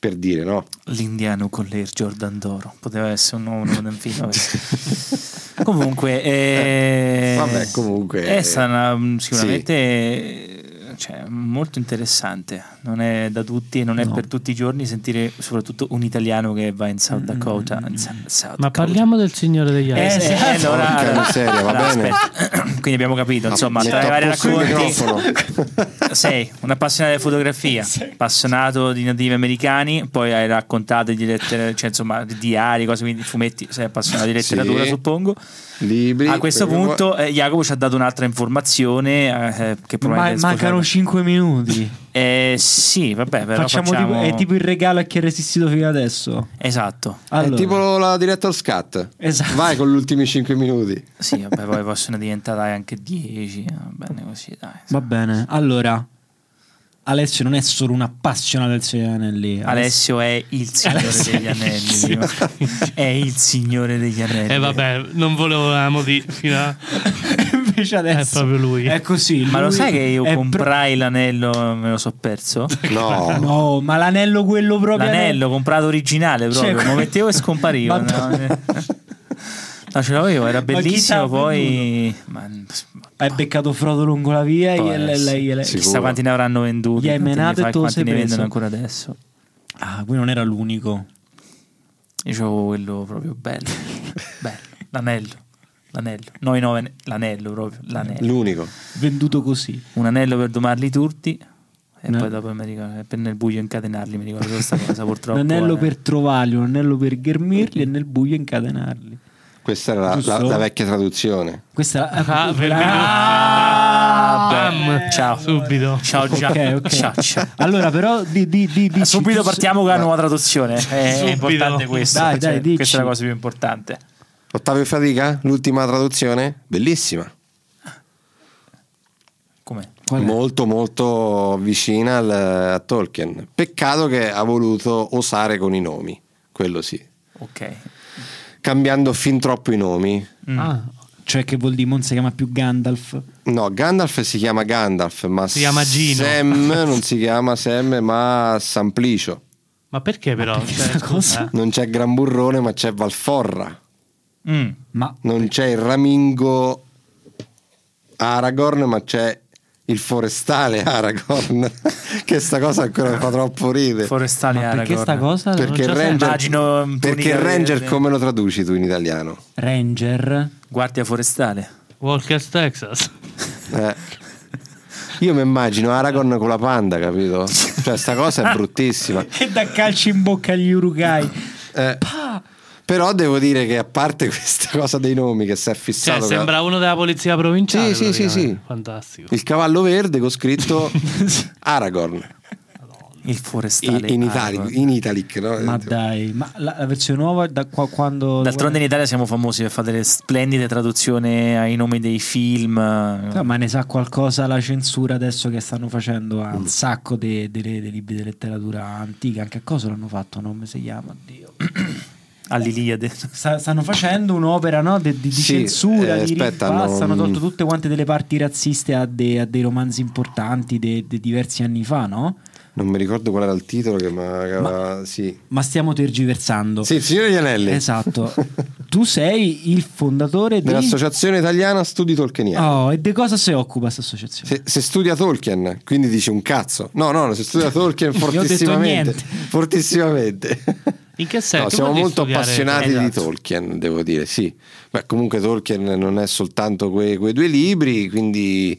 C: per dire no
A: L'indiano con l'Air Jordan d'oro. Poteva essere un nuovo nome del film. vabbè. comunque, eh,
C: Vabbè, comunque,
A: è
C: eh,
A: stata mm, sicuramente eh, cioè, molto interessante. Non è da tutti, non è per tutti i giorni sentire soprattutto un italiano che va in
C: Mm,
A: South Dakota. in Sa- South
B: Ma
A: Dakota.
B: parliamo del Signore degli
A: Eh,
B: Anelli.
A: sì, eh, allora-
C: Porca miseria, va
A: allora,
C: bene.
A: aspetta. Quindi abbiamo capito, insomma,
C: Metto
A: tra i
C: a
A: vari
C: posto il
A: racconti,
C: microfono.
A: sei un appassionato di fotografia, appassionato di nativi americani, poi hai raccontato di letter- cioè, insomma, di diari, cose, quindi fumetti, sei appassionato di
C: Sì.
A: letteratura, suppongo.
C: libri
A: A questo
C: quello che vuoi.
A: punto eh, Jacopo ci ha dato un'altra informazione eh, eh, che
D: Ma-
A: probabilmente scopriamo.
D: mancano 5 minuti.
A: Eh, sì, vabbè, però
D: facciamo
A: facciamo,
D: Tipo, è tipo il regalo a chi ha resistito fino adesso.
A: Esatto.
D: Allora,
C: è tipo la director scat
D: Esatto.
C: vai con gli ultimi 5 minuti
A: Sì, vabbè, poi possono diventare anche 10, va bene così, dai.
D: Va bene, allora Alessio non è solo un appassionato del Signore degli Anelli.
A: Alessio è il signore
D: Alessio
A: degli
D: è il
A: anelli.
D: signore. Eh,
A: prima. è il signore degli anelli.
B: E Eh, vabbè, non volevamo di fino a...
D: invece adesso
B: È proprio lui.
D: È così.
A: Ma lo
D: lui
A: sai che io
D: è
A: comprai l'anello, me lo so perso?
D: pro-
C: no
D: No, ma l'anello quello proprio
A: L'anello comprato originale proprio,
D: Cioè,
A: lo mettevo e scompariva.
D: Ma
A: no? Eh. No, ce l'avevo, era
D: chi t'ha
A: bellissimo, poi... Ma, ma-
D: Hai beccato Frodo lungo la via
A: Può
D: e gliel-
A: essere.
D: gliel-
C: Sì.
A: chissà
C: Sicuro.
A: quanti ne avranno venduti,
D: Gli hai
A: quanti ne
D: menato e
A: fa-
D: te lo
A: quanti
D: sei
A: ne vendono
D: preso.
A: ancora adesso.
D: Ah, qui non era l'unico.
A: Io c'avevo quello proprio bello, bello, l'anello, l'anello, noi nove, l'anello proprio, l'anello.
C: l'unico
D: Venduto così.
A: un anello per domarli tutti e
D: No.
A: poi dopo mi ricordo, per nel buio incatenarli mi ricordo questa cosa purtroppo
D: Eh. un anello
A: eh.
D: per trovarli, un anello per ghermirli e nel buio incatenarli.
C: questa era la- la-
D: Giusto?
C: la vecchia traduzione
D: Questa è
B: Ah, per
A: Ah,
B: Bam.
A: beh. ciao
B: Subito.
A: ciao Gia
D: Ok, ok.
A: ciao, ciao.
D: Allora, però, di, di, di, dici
A: subito
D: tu se-
A: partiamo con la nuova traduzione è, è
B: Subito.
A: importante questo cioè,
D: Dai, dai, dici.
A: questa è la cosa più importante
C: Ottavio Fatica, l'ultima traduzione, bellissima,
A: come
D: Qual è?
C: molto molto vicina al- a Tolkien. Peccato che ha voluto osare con i nomi, quello sì,
A: ok
C: cambiando fin troppo i nomi.
B: Ah,
D: Cioè, che vuol dire? Mon si chiama più Gandalf.
C: No, Gandalf si chiama Gandalf, ma
B: Si chiama Gino.
C: Sam non si chiama Sam, ma Samplicio.
B: Ma perché però?
D: perché
B: Cioè,
D: sta
B: scusa,
D: cosa?
B: eh.
C: Non c'è Gran Burrone, ma c'è Valforra.
A: Mm.
D: Ma
C: Non c'è il Ramingo Aragorn, ma c'è il forestale Aragorn. che sta cosa ancora mi fa troppo ridere.
A: Forestale
B: Ma perché
A: Aragorn.
B: sta cosa? non
C: Perché il
B: c'è
C: Ranger,
A: Immagino un
C: perché
A: tunica
C: il Ranger
A: verde.
C: come lo traduci tu in italiano?
D: Ranger
A: Guardia forestale.
B: sempre- Eh, Walker's Texas.
C: Eh. Io mi immagino Aragorn con la panda, capito? Cioè, sta cosa è bruttissima.
D: e da calci in bocca agli Uruguay.
C: Eh, Però devo dire che a parte questa cosa dei nomi che si è
B: Cioè,
C: fissato ca-
B: sembra uno della polizia provinciale.
C: eh. Sì, sì, sì,
B: praticamente.
C: sì.
B: Fantastico.
C: il cavallo verde con scritto Aragorn
A: Il
C: in,
A: forestale.
C: in,
A: Aragorn.
C: Itali- in Italic. no?
D: Ma dai, ma la, la versione nuova da qua, quando
A: D'altronde in Italia siamo famosi per fare delle splendide traduzioni ai nomi dei film.
D: No, Cioè, ma ne sa qualcosa la censura adesso che stanno facendo a un sacco de- delle dei libri di letteratura antica. Anche a cosa l'hanno fatto? Non mi si chiama, oddio.
A: All'Iliade.
D: Sta- stanno facendo un'opera no, de- di, di
C: Sì,
D: censura,
C: eh,
D: di
C: aspetta,
D: ribasso. Hanno
C: non-
D: tolto tutte quante delle parti razziste a, de- a dei romanzi importanti de- de diversi anni fa, no?
C: Non mi ricordo qual era il titolo, che ma, sì.
D: Ma stiamo tergiversando.
C: Sì, il signore Gianelli.
D: Esatto. tu sei il fondatore di...
C: Dell'Associazione Italiana Studi Tolkieniani.
D: Oh, e di cosa si occupa questa associazione?
C: Se, se studia Tolkien, quindi dice un cazzo. No, no, no, se studia Tolkien
D: Io ho detto
C: fortissimamente.
D: niente.
C: Fortissimamente.
B: In che senso?
C: No, siamo
B: Come
C: molto
B: studiare-
C: appassionati di
B: Esatto.
C: Tolkien, devo dire, sì. Beh, comunque Tolkien non è soltanto que- quei, due libri, quindi...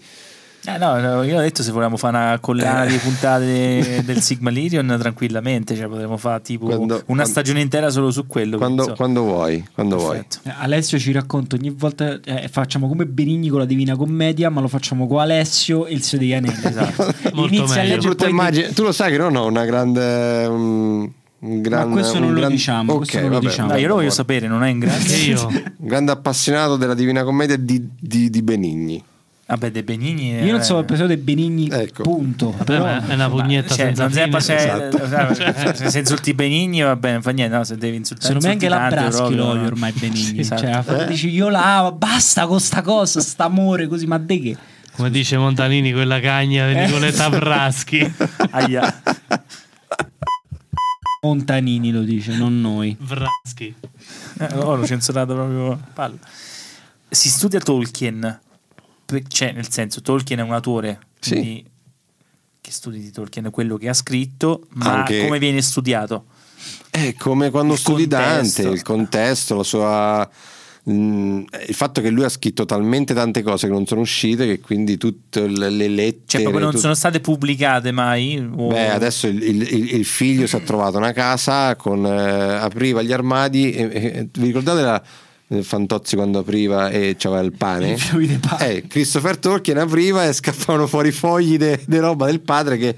A: Eh, no, no, io ho detto se volevamo fare una collana
C: Eh.
A: di puntate del Sigmalirion tranquillamente, cioè potremmo fare tipo
C: Quando-
A: una
C: quando-
A: stagione intera solo su quello.
C: Quando,
A: penso.
C: quando vuoi, quando vuoi.
A: Perfetto.
D: Eh, Alessio ci racconta ogni volta, eh, facciamo come Benigni con la Divina Commedia, ma lo facciamo con Alessio e il Sio degli Anelli.
B: Esatto. Molto
D: Inizia a
B: meglio.
C: Che
D: leggere
C: brutta
D: Cioè, poi
C: immagine. Tu lo sai che non ho una grande... um, un gran,
D: questo
C: un
D: non lo
C: gran-
D: diciamo, questo
C: Ok,
D: non lo
C: vabbè,
D: diciamo.
A: No, io lo voglio
C: vabbè.
A: sapere, non è in grado.
B: esatto. Anche io.
C: Un grande appassionato della Divina Commedia di, di- di Benigni.
A: Vabbè, De Benigni.
D: Io non
A: eh,
D: so il episodio di Benigni,
C: Ecco.
D: punto. Però,
B: Vabbè, è una pugnetta
A: Cioè,
B: senza
A: non sei
B: fine. Esatto.
A: pace-
C: Esatto.
A: cioè, se insulti Benigni va bene, non fa niente. No, se devi insultare,
D: secondo me anche la
A: insulti tanto,
D: Braschi
A: proprio,
D: lo odio
A: no.
D: ormai
A: Sì,
D: Benigni.
A: esatto.
D: cioè, a volte dici io la amo, basta con sta cosa, st'amore così, ma de che?
B: Come dice Montanini, quella cagna di
D: Eh.
B: Nicoletta Braschi.
A: Aia.
D: Montanini lo dice, non noi.
B: Braschi.
A: Eh, no, l'ho censurato proprio. Palla. Si studia Tolkien, Pe- cioè nel senso, Tolkien è un autore
C: Sì.
A: quindi che studi di Tolkien, quello che ha scritto, ma
C: Anche-
A: come viene studiato.
C: È come quando
A: Il
C: studi
A: contesto.
C: Dante, il contesto, la sua... mm, Il fatto che lui ha scritto talmente tante cose che non sono uscite, che quindi tutte le le lettere.
A: Cioè, proprio non
C: tut-
A: sono state pubblicate mai. o-
C: Beh, adesso il, il- il- il figlio si è trovato una casa con eh, apriva gli armadi. e- e- vi ricordate la eh, Fantozzi quando apriva e c'aveva il pane?
D: Il fiume dei pa-
C: Eh, Christopher Tolkien apriva e scappavano fuori i fogli di roba del padre che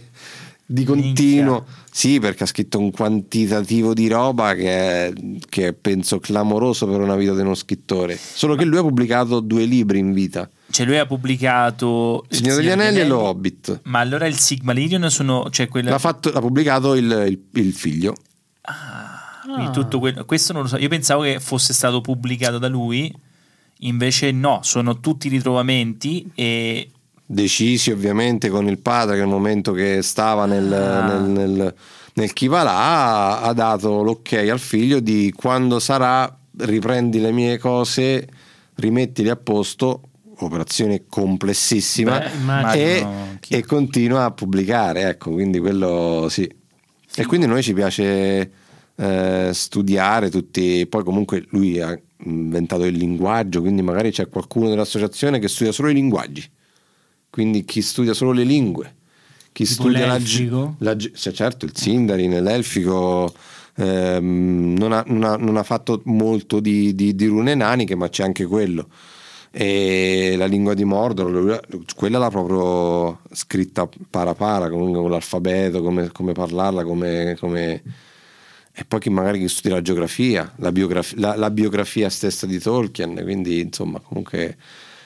C: di continuo. Sì, perché ha scritto un quantitativo di roba che è, che è, penso clamoroso per una vita di uno scrittore. Solo che lui ha pubblicato due libri in vita:
A: Cioè, lui ha pubblicato
C: Il Signore degli Anelli e Lo Hobbit.
A: Ma allora il Sigmarillion sono. Cioè, quella.
C: L'ha, fatto- l'ha pubblicato il- il- il figlio.
A: Ah, Quindi tutto quello- questo non lo so. Io pensavo che fosse stato pubblicato da lui, invece no, sono tutti ritrovamenti e
C: decisi ovviamente con il padre che nel momento che stava nel,
A: Ah.
C: nel, nel- nel Kivalà ha- ha dato l'ok al figlio di quando sarà riprendi le mie cose, rimettili a posto, operazione complessissima
B: Beh, immagino
C: e,
A: chi-
C: e continua a pubblicare, ecco, quindi quello sì. E quindi a noi ci piace eh, studiare tutti, poi comunque lui ha inventato il linguaggio, quindi magari c'è qualcuno dell'associazione che studia solo i linguaggi quindi chi studia solo le lingue, chi
D: Tipo
C: studia la, ge-
D: l'elfico?
C: la ge- cioè, certo il Sindarin, l'elfico ehm, non, ha, non ha- non ha fatto molto di, di, di rune naniche, ma c'è anche quello. E la lingua di Mordor, lui- quella l'ha proprio scritta para para, comunque con l'alfabeto, come, come parlarla, come, come- E poi chi magari chi studia la geografia, la, biograf- la- la biografia stessa di Tolkien, quindi insomma comunque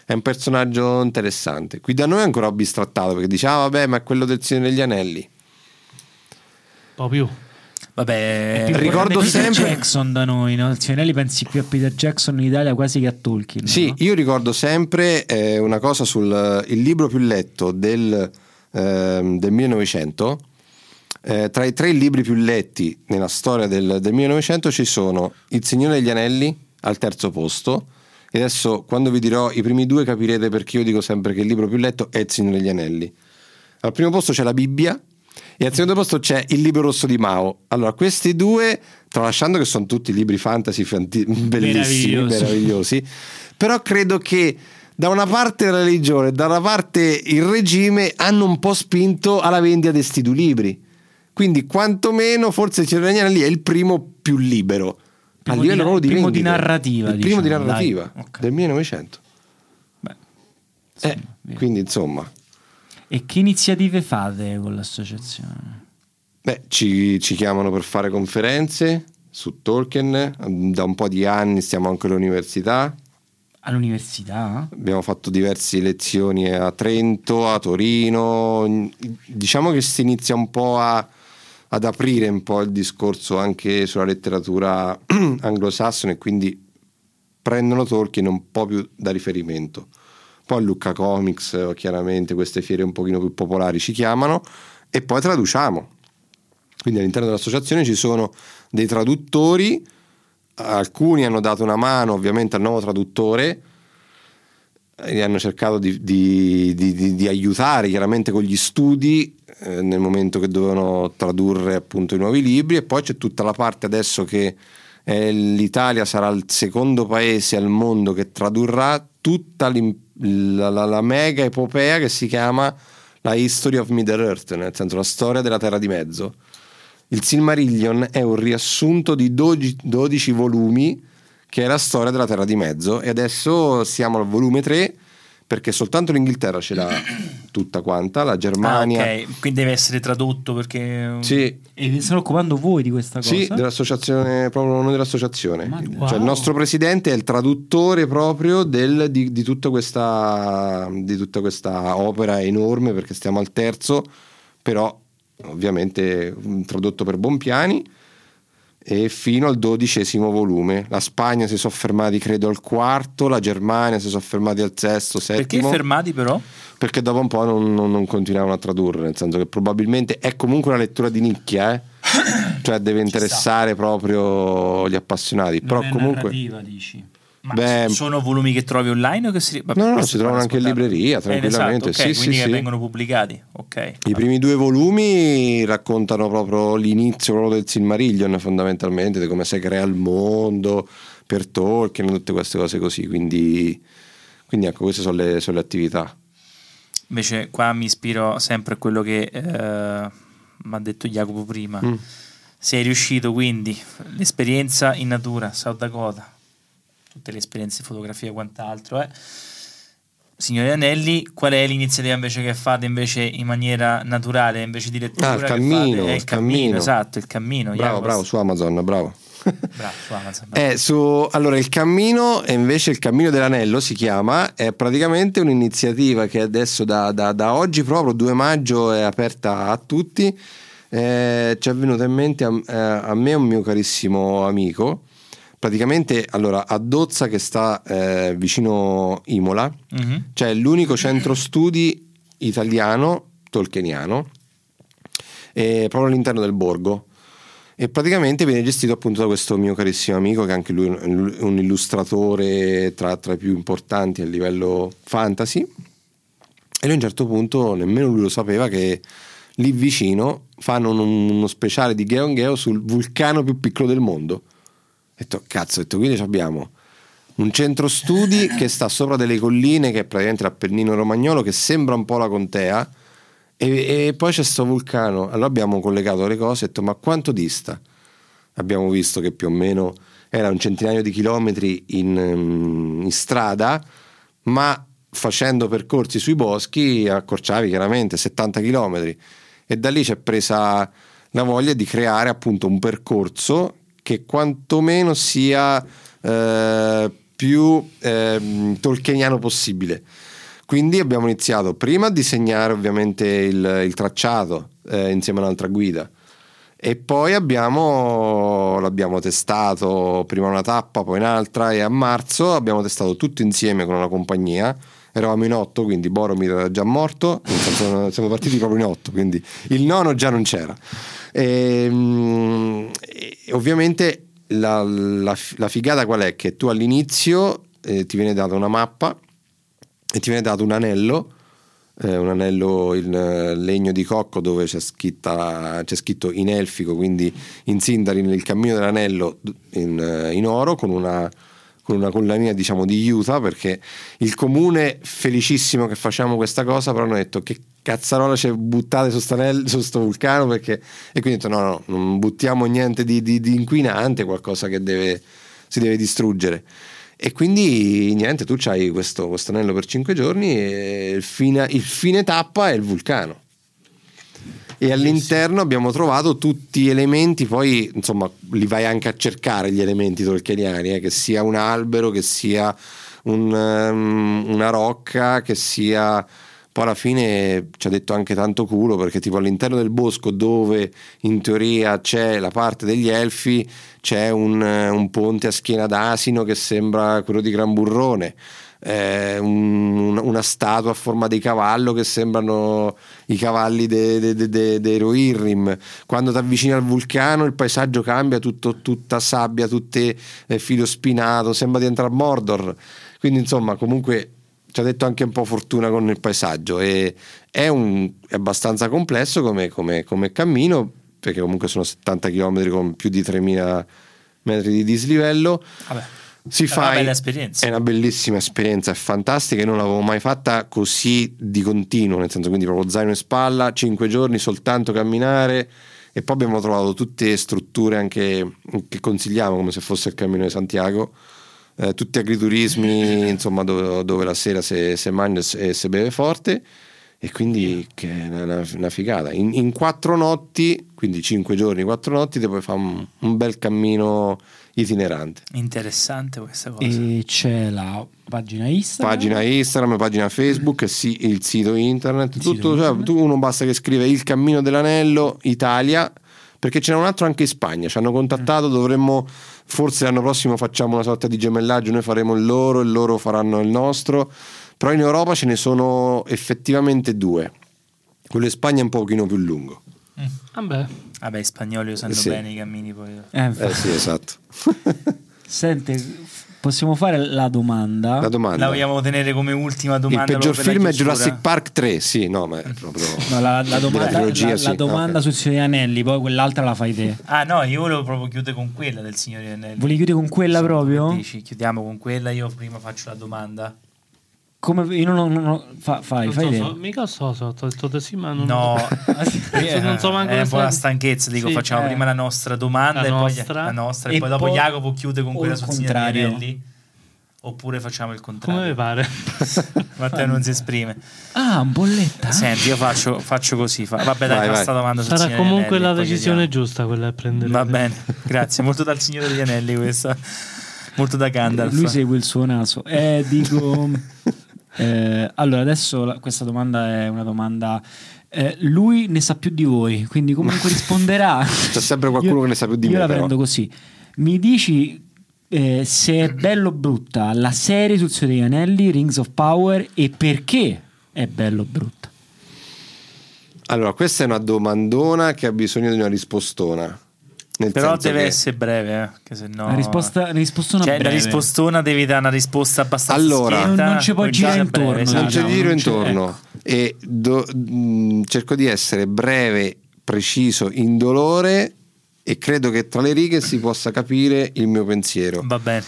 C: è un personaggio interessante. Qui da noi è ancora bistrattato perché dice, ah vabbè, ma è quello del Signore degli Anelli.
B: Un po' più.
A: vabbè,
D: Più
C: Eh, ricordo
D: importante Peter
C: sempre-
D: Jackson da noi, no? Il Sio degli Anelli pensi più a Peter Jackson in Italia quasi che a Tolkien.
C: Sì,
D: no?
C: io ricordo sempre eh, una cosa eh, sul il libro più letto del, ehm, del 1900 Eh, tra i tre libri più letti nella storia del, del 1900 ci sono Il Signore degli Anelli al terzo posto e adesso quando vi dirò i primi due capirete perché io dico sempre che il libro più letto è Il Signore degli Anelli. Al primo posto c'è la Bibbia e al secondo posto c'è Il libro rosso di Mao. Allora, questi due, tralasciando che sono tutti libri fantasy fanti- bellissimi,
B: Meravigliosi.
C: meravigliosi, però credo che da una parte la religione, da una parte il regime hanno un po' spinto alla vendita di questi due libri. Quindi quantomeno forse il Signore degli Anelli è il primo più libero.
A: Primo
C: a
A: di-
C: livello proprio di
A: primo di
C: vendite.
A: narrativa,
C: Il
A: diciamo,
C: primo di
A: dai.
C: narrativa
A: Ok.
C: del 1900.
A: Beh,
C: Eh,
A: insomma, via.
C: quindi insomma,
F: E che iniziative fate con l'associazione?
C: beh, ci, ci chiamano per fare conferenze su Tolkien, da un po' di anni stiamo anche all'università,
F: All'università?
C: abbiamo fatto diverse lezioni a Trento, a Torino, diciamo che si inizia un po' a- ad aprire un po' il discorso anche sulla letteratura anglosassone e quindi prendono Tolkien un po' più da riferimento. Poi Lucca Comics, eh, chiaramente queste fiere un pochino più popolari ci chiamano e poi traduciamo. Quindi all'interno dell'associazione ci sono dei traduttori, alcuni hanno dato una mano ovviamente al nuovo traduttore, e hanno cercato di, di- di- di- di aiutare chiaramente con gli studi eh, nel momento che dovevano tradurre appunto i nuovi libri e poi c'è tutta la parte adesso che eh, l'Italia sarà il secondo paese al mondo che tradurrà tutta l'im- la, la- la mega epopea che si chiama la History of Middle Earth, nel senso la storia della Terra di Mezzo. Il Silmarillion è un riassunto di 12, 12 volumi che è la storia della Terra di Mezzo e adesso siamo al volume 3 perché soltanto l'Inghilterra ce l'ha tutta quanta, la
A: Ah,
C: Germania...
A: ok, quindi deve essere tradotto perché... Eh,
C: Sì,
F: E vi state occupando voi di questa cosa?
C: sì, dell'associazione, proprio uno dell'associazione.
D: Ma wow.
C: Cioè, il nostro presidente è il traduttore proprio del- di, di tutta questa, di tutta questa opera enorme, perché stiamo al terzo, però ovviamente mm, tradotto per Bompiani e fino al dodicesimo volume. La Spagna si sono fermati credo al quarto, la Germania si sono fermati al sesto,
A: Perché
C: settimo
A: fermati però?
C: perché dopo un po' non, non- non continuavano a tradurre, nel senso che probabilmente è comunque una lettura di nicchia, eh? cioè deve interessare proprio gli appassionati, però comunque...
F: narrativa, dici.
A: Ma
C: Beh,
A: sono volumi che trovi online o che si... vabbè,
C: No, no,
A: questo
C: si trovano
A: è
C: anche in
A: ascoltato.
C: libreria, tranquillamente,
A: Eh, esatto, ok,
C: sì,
A: quindi
C: sì,
A: che
C: sì.
A: vengono pubblicati, ok.
C: I primi due volumi raccontano proprio l'inizio proprio del Silmarillion fondamentalmente, di come si crea il mondo per Tolkien, tutte queste cose così, quindi, quindi ecco queste sono le, sono le attività.
A: Invece qua mi ispiro sempre a quello che eh, mi ha detto Jacopo prima.
C: Mm.
A: Sei riuscito quindi, l'esperienza in natura, South Dakota, tutte le esperienze di fotografia e quant'altro. Eh. Signore Anelli, qual è l'iniziativa invece che fate invece in maniera naturale, invece di lettura?
C: Ah, il
A: che
C: cammino,
A: fate? È
C: il
A: il cammino,
C: cammino.
A: esatto, il cammino.
C: Bravo,
A: Jacopo.
C: bravo, su Amazon, bravo.
A: Bravo, su Amazon, bravo.
C: Eh, su- allora, il cammino, e invece il cammino dell'anello si chiama, è praticamente un'iniziativa che adesso da, da- da oggi proprio, 2 maggio, è aperta a tutti. Eh, ci è venuto in mente a, eh, a me un mio carissimo amico, praticamente allora, a Dozza che sta eh, vicino Imola,
A: Mhm.
C: cioè l'unico centro studi italiano, tolkieniano, eh, proprio all'interno del borgo. E praticamente viene gestito appunto da questo mio carissimo amico, che anche lui è un un illustratore tra, tra i più importanti a livello fantasy. E lui a un certo punto, nemmeno lui lo sapeva, che lì vicino fanno un- uno speciale di Geon Geo sul vulcano più piccolo del mondo. Ho detto, cazzo, ho detto, quindi abbiamo un centro studi che sta sopra delle colline, che è praticamente l'Appennino Romagnolo, che sembra un po' la contea, e, e poi c'è sto vulcano. Allora abbiamo collegato le cose e ho detto, ma quanto dista? Abbiamo visto che più o meno era un centinaio di chilometri in, ehm, in strada, ma facendo percorsi sui boschi accorciavi chiaramente 70 chilometri. E da lì ci è presa la voglia di creare appunto un percorso che quantomeno sia eh, più ehm, tolkieniano possibile. Quindi abbiamo iniziato prima a disegnare ovviamente il, il tracciato eh, insieme a un'altra guida e poi abbiamo, l'abbiamo testato prima una tappa, poi un'altra e a marzo abbiamo testato tutto insieme con una compagnia, è eravamo in otto, quindi Boromir era già morto, nel senso, siamo partiti proprio in otto, quindi il nono già non c'era. E, mm, e ovviamente la, la fi- la figata qual è? Che tu all'inizio eh, ti viene data una mappa e ti viene dato un anello, eh, un anello in eh, legno di cocco dove c'è, scritta- c'è scritto in elfico, quindi in Sindarin il cammino dell'anello d- in, eh, in oro con una, con una collania diciamo di Utah perché il comune felicissimo che facciamo questa cosa però hanno detto che cazzarola c'è buttate su questo vulcano perché e quindi ho detto no no non buttiamo niente di, di- di inquinante qualcosa che deve- si deve distruggere e quindi niente, tu hai questo, questo anello per 5 giorni e il fine, il fine tappa è il vulcano. E all'interno abbiamo trovato tutti gli elementi, poi insomma li vai anche a cercare gli elementi tolkieniani, eh, che sia un albero, che sia un, ehm, una rocca, che sia... Poi alla fine ci ha detto anche tanto culo perché tipo all'interno del bosco dove in teoria c'è la parte degli elfi c'è un, eh, un ponte a schiena d'asino che sembra quello di Gran Burrone, eh, un- un- una statua a forma di cavallo che sembrano i cavalli de- de- de- de- dei Rohirrim. Quando ti avvicini al vulcano il paesaggio cambia, tutto- tutta sabbia, tutte eh, filo spinato, sembra di entrare a Mordor. Quindi insomma comunque ci ha detto anche un po' fortuna con il paesaggio e è, un- è abbastanza complesso come, come- come cammino perché comunque sono 70 km con più di 3000 metri di dislivello
A: Vabbè.
C: si
A: È
C: fa
A: una bella esperienza.
C: è una bellissima esperienza è fantastica io non l'avevo mai fatta così di continuo nel senso quindi proprio zaino in spalla 5 giorni soltanto camminare e poi abbiamo trovato tutte strutture anche che consigliamo come se fosse il cammino di Santiago eh, tutti agriturismi insomma dove, dove la sera se, se mangia e se- e se beve forte e quindi che è una, una- una figata in, in quattro notti quindi cinque giorni quattro notti ti puoi fare un, un bel cammino itinerante
A: Interessante questa cosa.
C: Mm.
D: E c'è la pagina Instagram.
C: pagina Instagram pagina Facebook sì, il sito internet
D: Il sito
C: tutto cioè,
D: internet.
C: tu uno basta che scrive il cammino dell'anello Italia perché ce n'è un altro anche in Spagna ci hanno contattato dovremmo forse l'anno prossimo facciamo una sorta di gemellaggio noi faremo il loro e loro faranno il nostro però in Europa ce ne sono effettivamente due quello in Spagna è un pochino più lungo
B: Vabbè,
A: Vabbè, i spagnoli lo sanno
C: Sì.
A: bene i cammini poi.
D: Eh, infatti.
C: eh sì esatto
D: Senti, possiamo fare la domanda?
C: la domanda
A: La vogliamo tenere come ultima
C: il
A: domanda.
C: peggior
A: proprio per la
C: film è
A: chiusura?
C: Jurassic Park 3 sì no ma è proprio
D: No, la, la domanda,
C: Della trilogia,
D: la- la
C: sì.
D: domanda
C: Ok.
D: sul Signore degli Anelli, poi quell'altra la fai te.
A: Ah no, io volevo proprio chiudere con quella del signore Anelli.
D: Volevi chiudere con quella proprio?
A: Dici, chiudiamo con quella, io prima faccio la domanda.
D: Come, io non, non- non- fa- fai,
B: non
D: fai
B: so,
D: te.
B: so- mica so, so, ho detto di sì, ma non
A: No,
B: Eh, Mm. non so manco
A: è un
B: se-
A: po' la stanchezza, dico
B: Sì,
A: facciamo
B: eh.
A: prima la nostra domanda
B: La
A: e poi
B: nostra.
A: la nostra e,
D: E
A: poi dopo
D: poi-
A: Jacopo chiude con
D: o
A: quella
D: il
A: sul signore
D: contrario.
A: Anelli. Oppure facciamo il
B: eh, Come mi
A: contrario.
B: pare?
A: Matteo non si esprime.
D: Ah, un bolletta.
A: Senti, io faccio, faccio così. fa- Vabbè, dai,
C: Vai,
A: fa
C: vai.
A: sta domanda sul
B: Sarà
A: signore
B: comunque
A: Anelli,
B: la
A: poi
B: decisione
A: chiudiamo.
B: giusta quella a prendere.
A: Va bene, grazie. Molto dal signore degli anelli questa. Molto da Gandalf.
D: Lui segue il suo naso. Eh, dico. eh, allora, adesso la- questa domanda è una domanda. eh, lui ne sa più di voi, quindi comunque risponderà.
C: C'è sempre qualcuno che ne sa più di
D: io
C: me,
D: la
C: però.
D: prendo così. Mi dici eh, se è bello o brutta la serie sul Signore degli Anelli, Rings of Power, e perché è bello o brutta?
C: Allora, questa è una domandona che ha bisogno di una rispostona. Nel
A: Però
C: senso
A: deve
C: che-
A: essere breve, eh, che se no...
D: La risposta, la rispostona
A: Cioè, la
D: breve.
A: rispostona devi dare una risposta abbastanza
C: Allora-
A: schietta,
D: Non- non ci puoi
A: poi
D: girare
A: già breve,
D: intorno,
A: esatto.
C: Non c'è
D: no,
C: giro
D: non c'è-
C: intorno. E do- mh, cerco di essere breve, preciso, indolore e credo che tra le righe si possa capire il mio pensiero.
A: Va bene.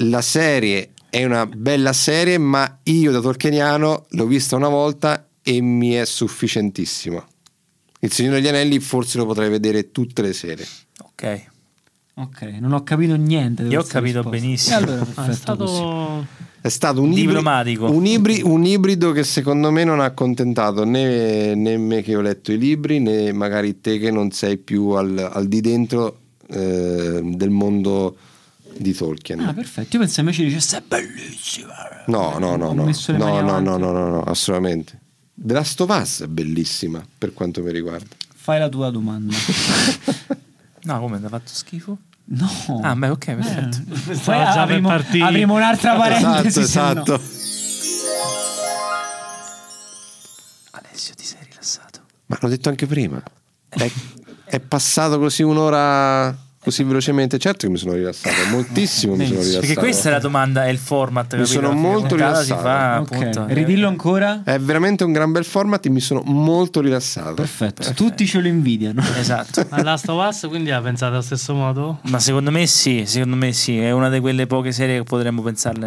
C: La serie è una bella serie, ma io da Tolkieniano l'ho vista una volta e mi è sufficientissima. Il Signore degli Anelli forse lo potrei vedere tutte le sere.
A: Ok.
D: Ok, non ho capito niente. di
A: Io ho
D: questa
A: capito
D: risposta.
A: benissimo.
D: E allora,
B: Ah, è
D: perfetto così.
B: stato
C: È stato un ibrido-
A: Diplomatico.
C: un, ibri- un ibrido che secondo me non ha accontentato né, né me che ho letto i libri né magari te che non sei più al, al di dentro eh, del mondo di Tolkien.
D: Ah, perfetto. Io pensavo invece dicesse è bellissima.
C: no, no, no,
D: Ho
C: no,
D: messo le
C: no,
D: mani
C: no,
D: avanti.
C: no, no, no, no, assolutamente. The Last of Us è bellissima per quanto mi riguarda.
D: Fai la tua domanda.
A: No, come, ti ha fatto schifo?
D: No.
A: Ah, beh, ok, perfetto.
D: Poi
B: già per
D: avremo,
B: partire.
D: avremo un'altra parentesi.
C: esatto,
D: se no.
C: esatto.
D: Eh.
C: Ma l'ho detto anche prima. È, è passato così un'ora così velocemente. Certo che mi sono rilassato, moltissimo mi sono rilassato.
A: Perché questa è la domanda, è il format. capito?
C: sono
A: Alla fine
C: molto
A: puntata si
C: rilassato.
A: fa,
D: Ok,
A: Ah, appunto,
D: Ridillo ancora.
C: È veramente un gran bel format e mi sono molto rilassato.
D: Perfetto. Tutti ce lo invidiano.
A: Esatto.
B: Ma Last of Us quindi la pensate allo stesso modo?
A: Ma secondo me sì, secondo me sì, è una di quelle poche serie che potremmo pensarle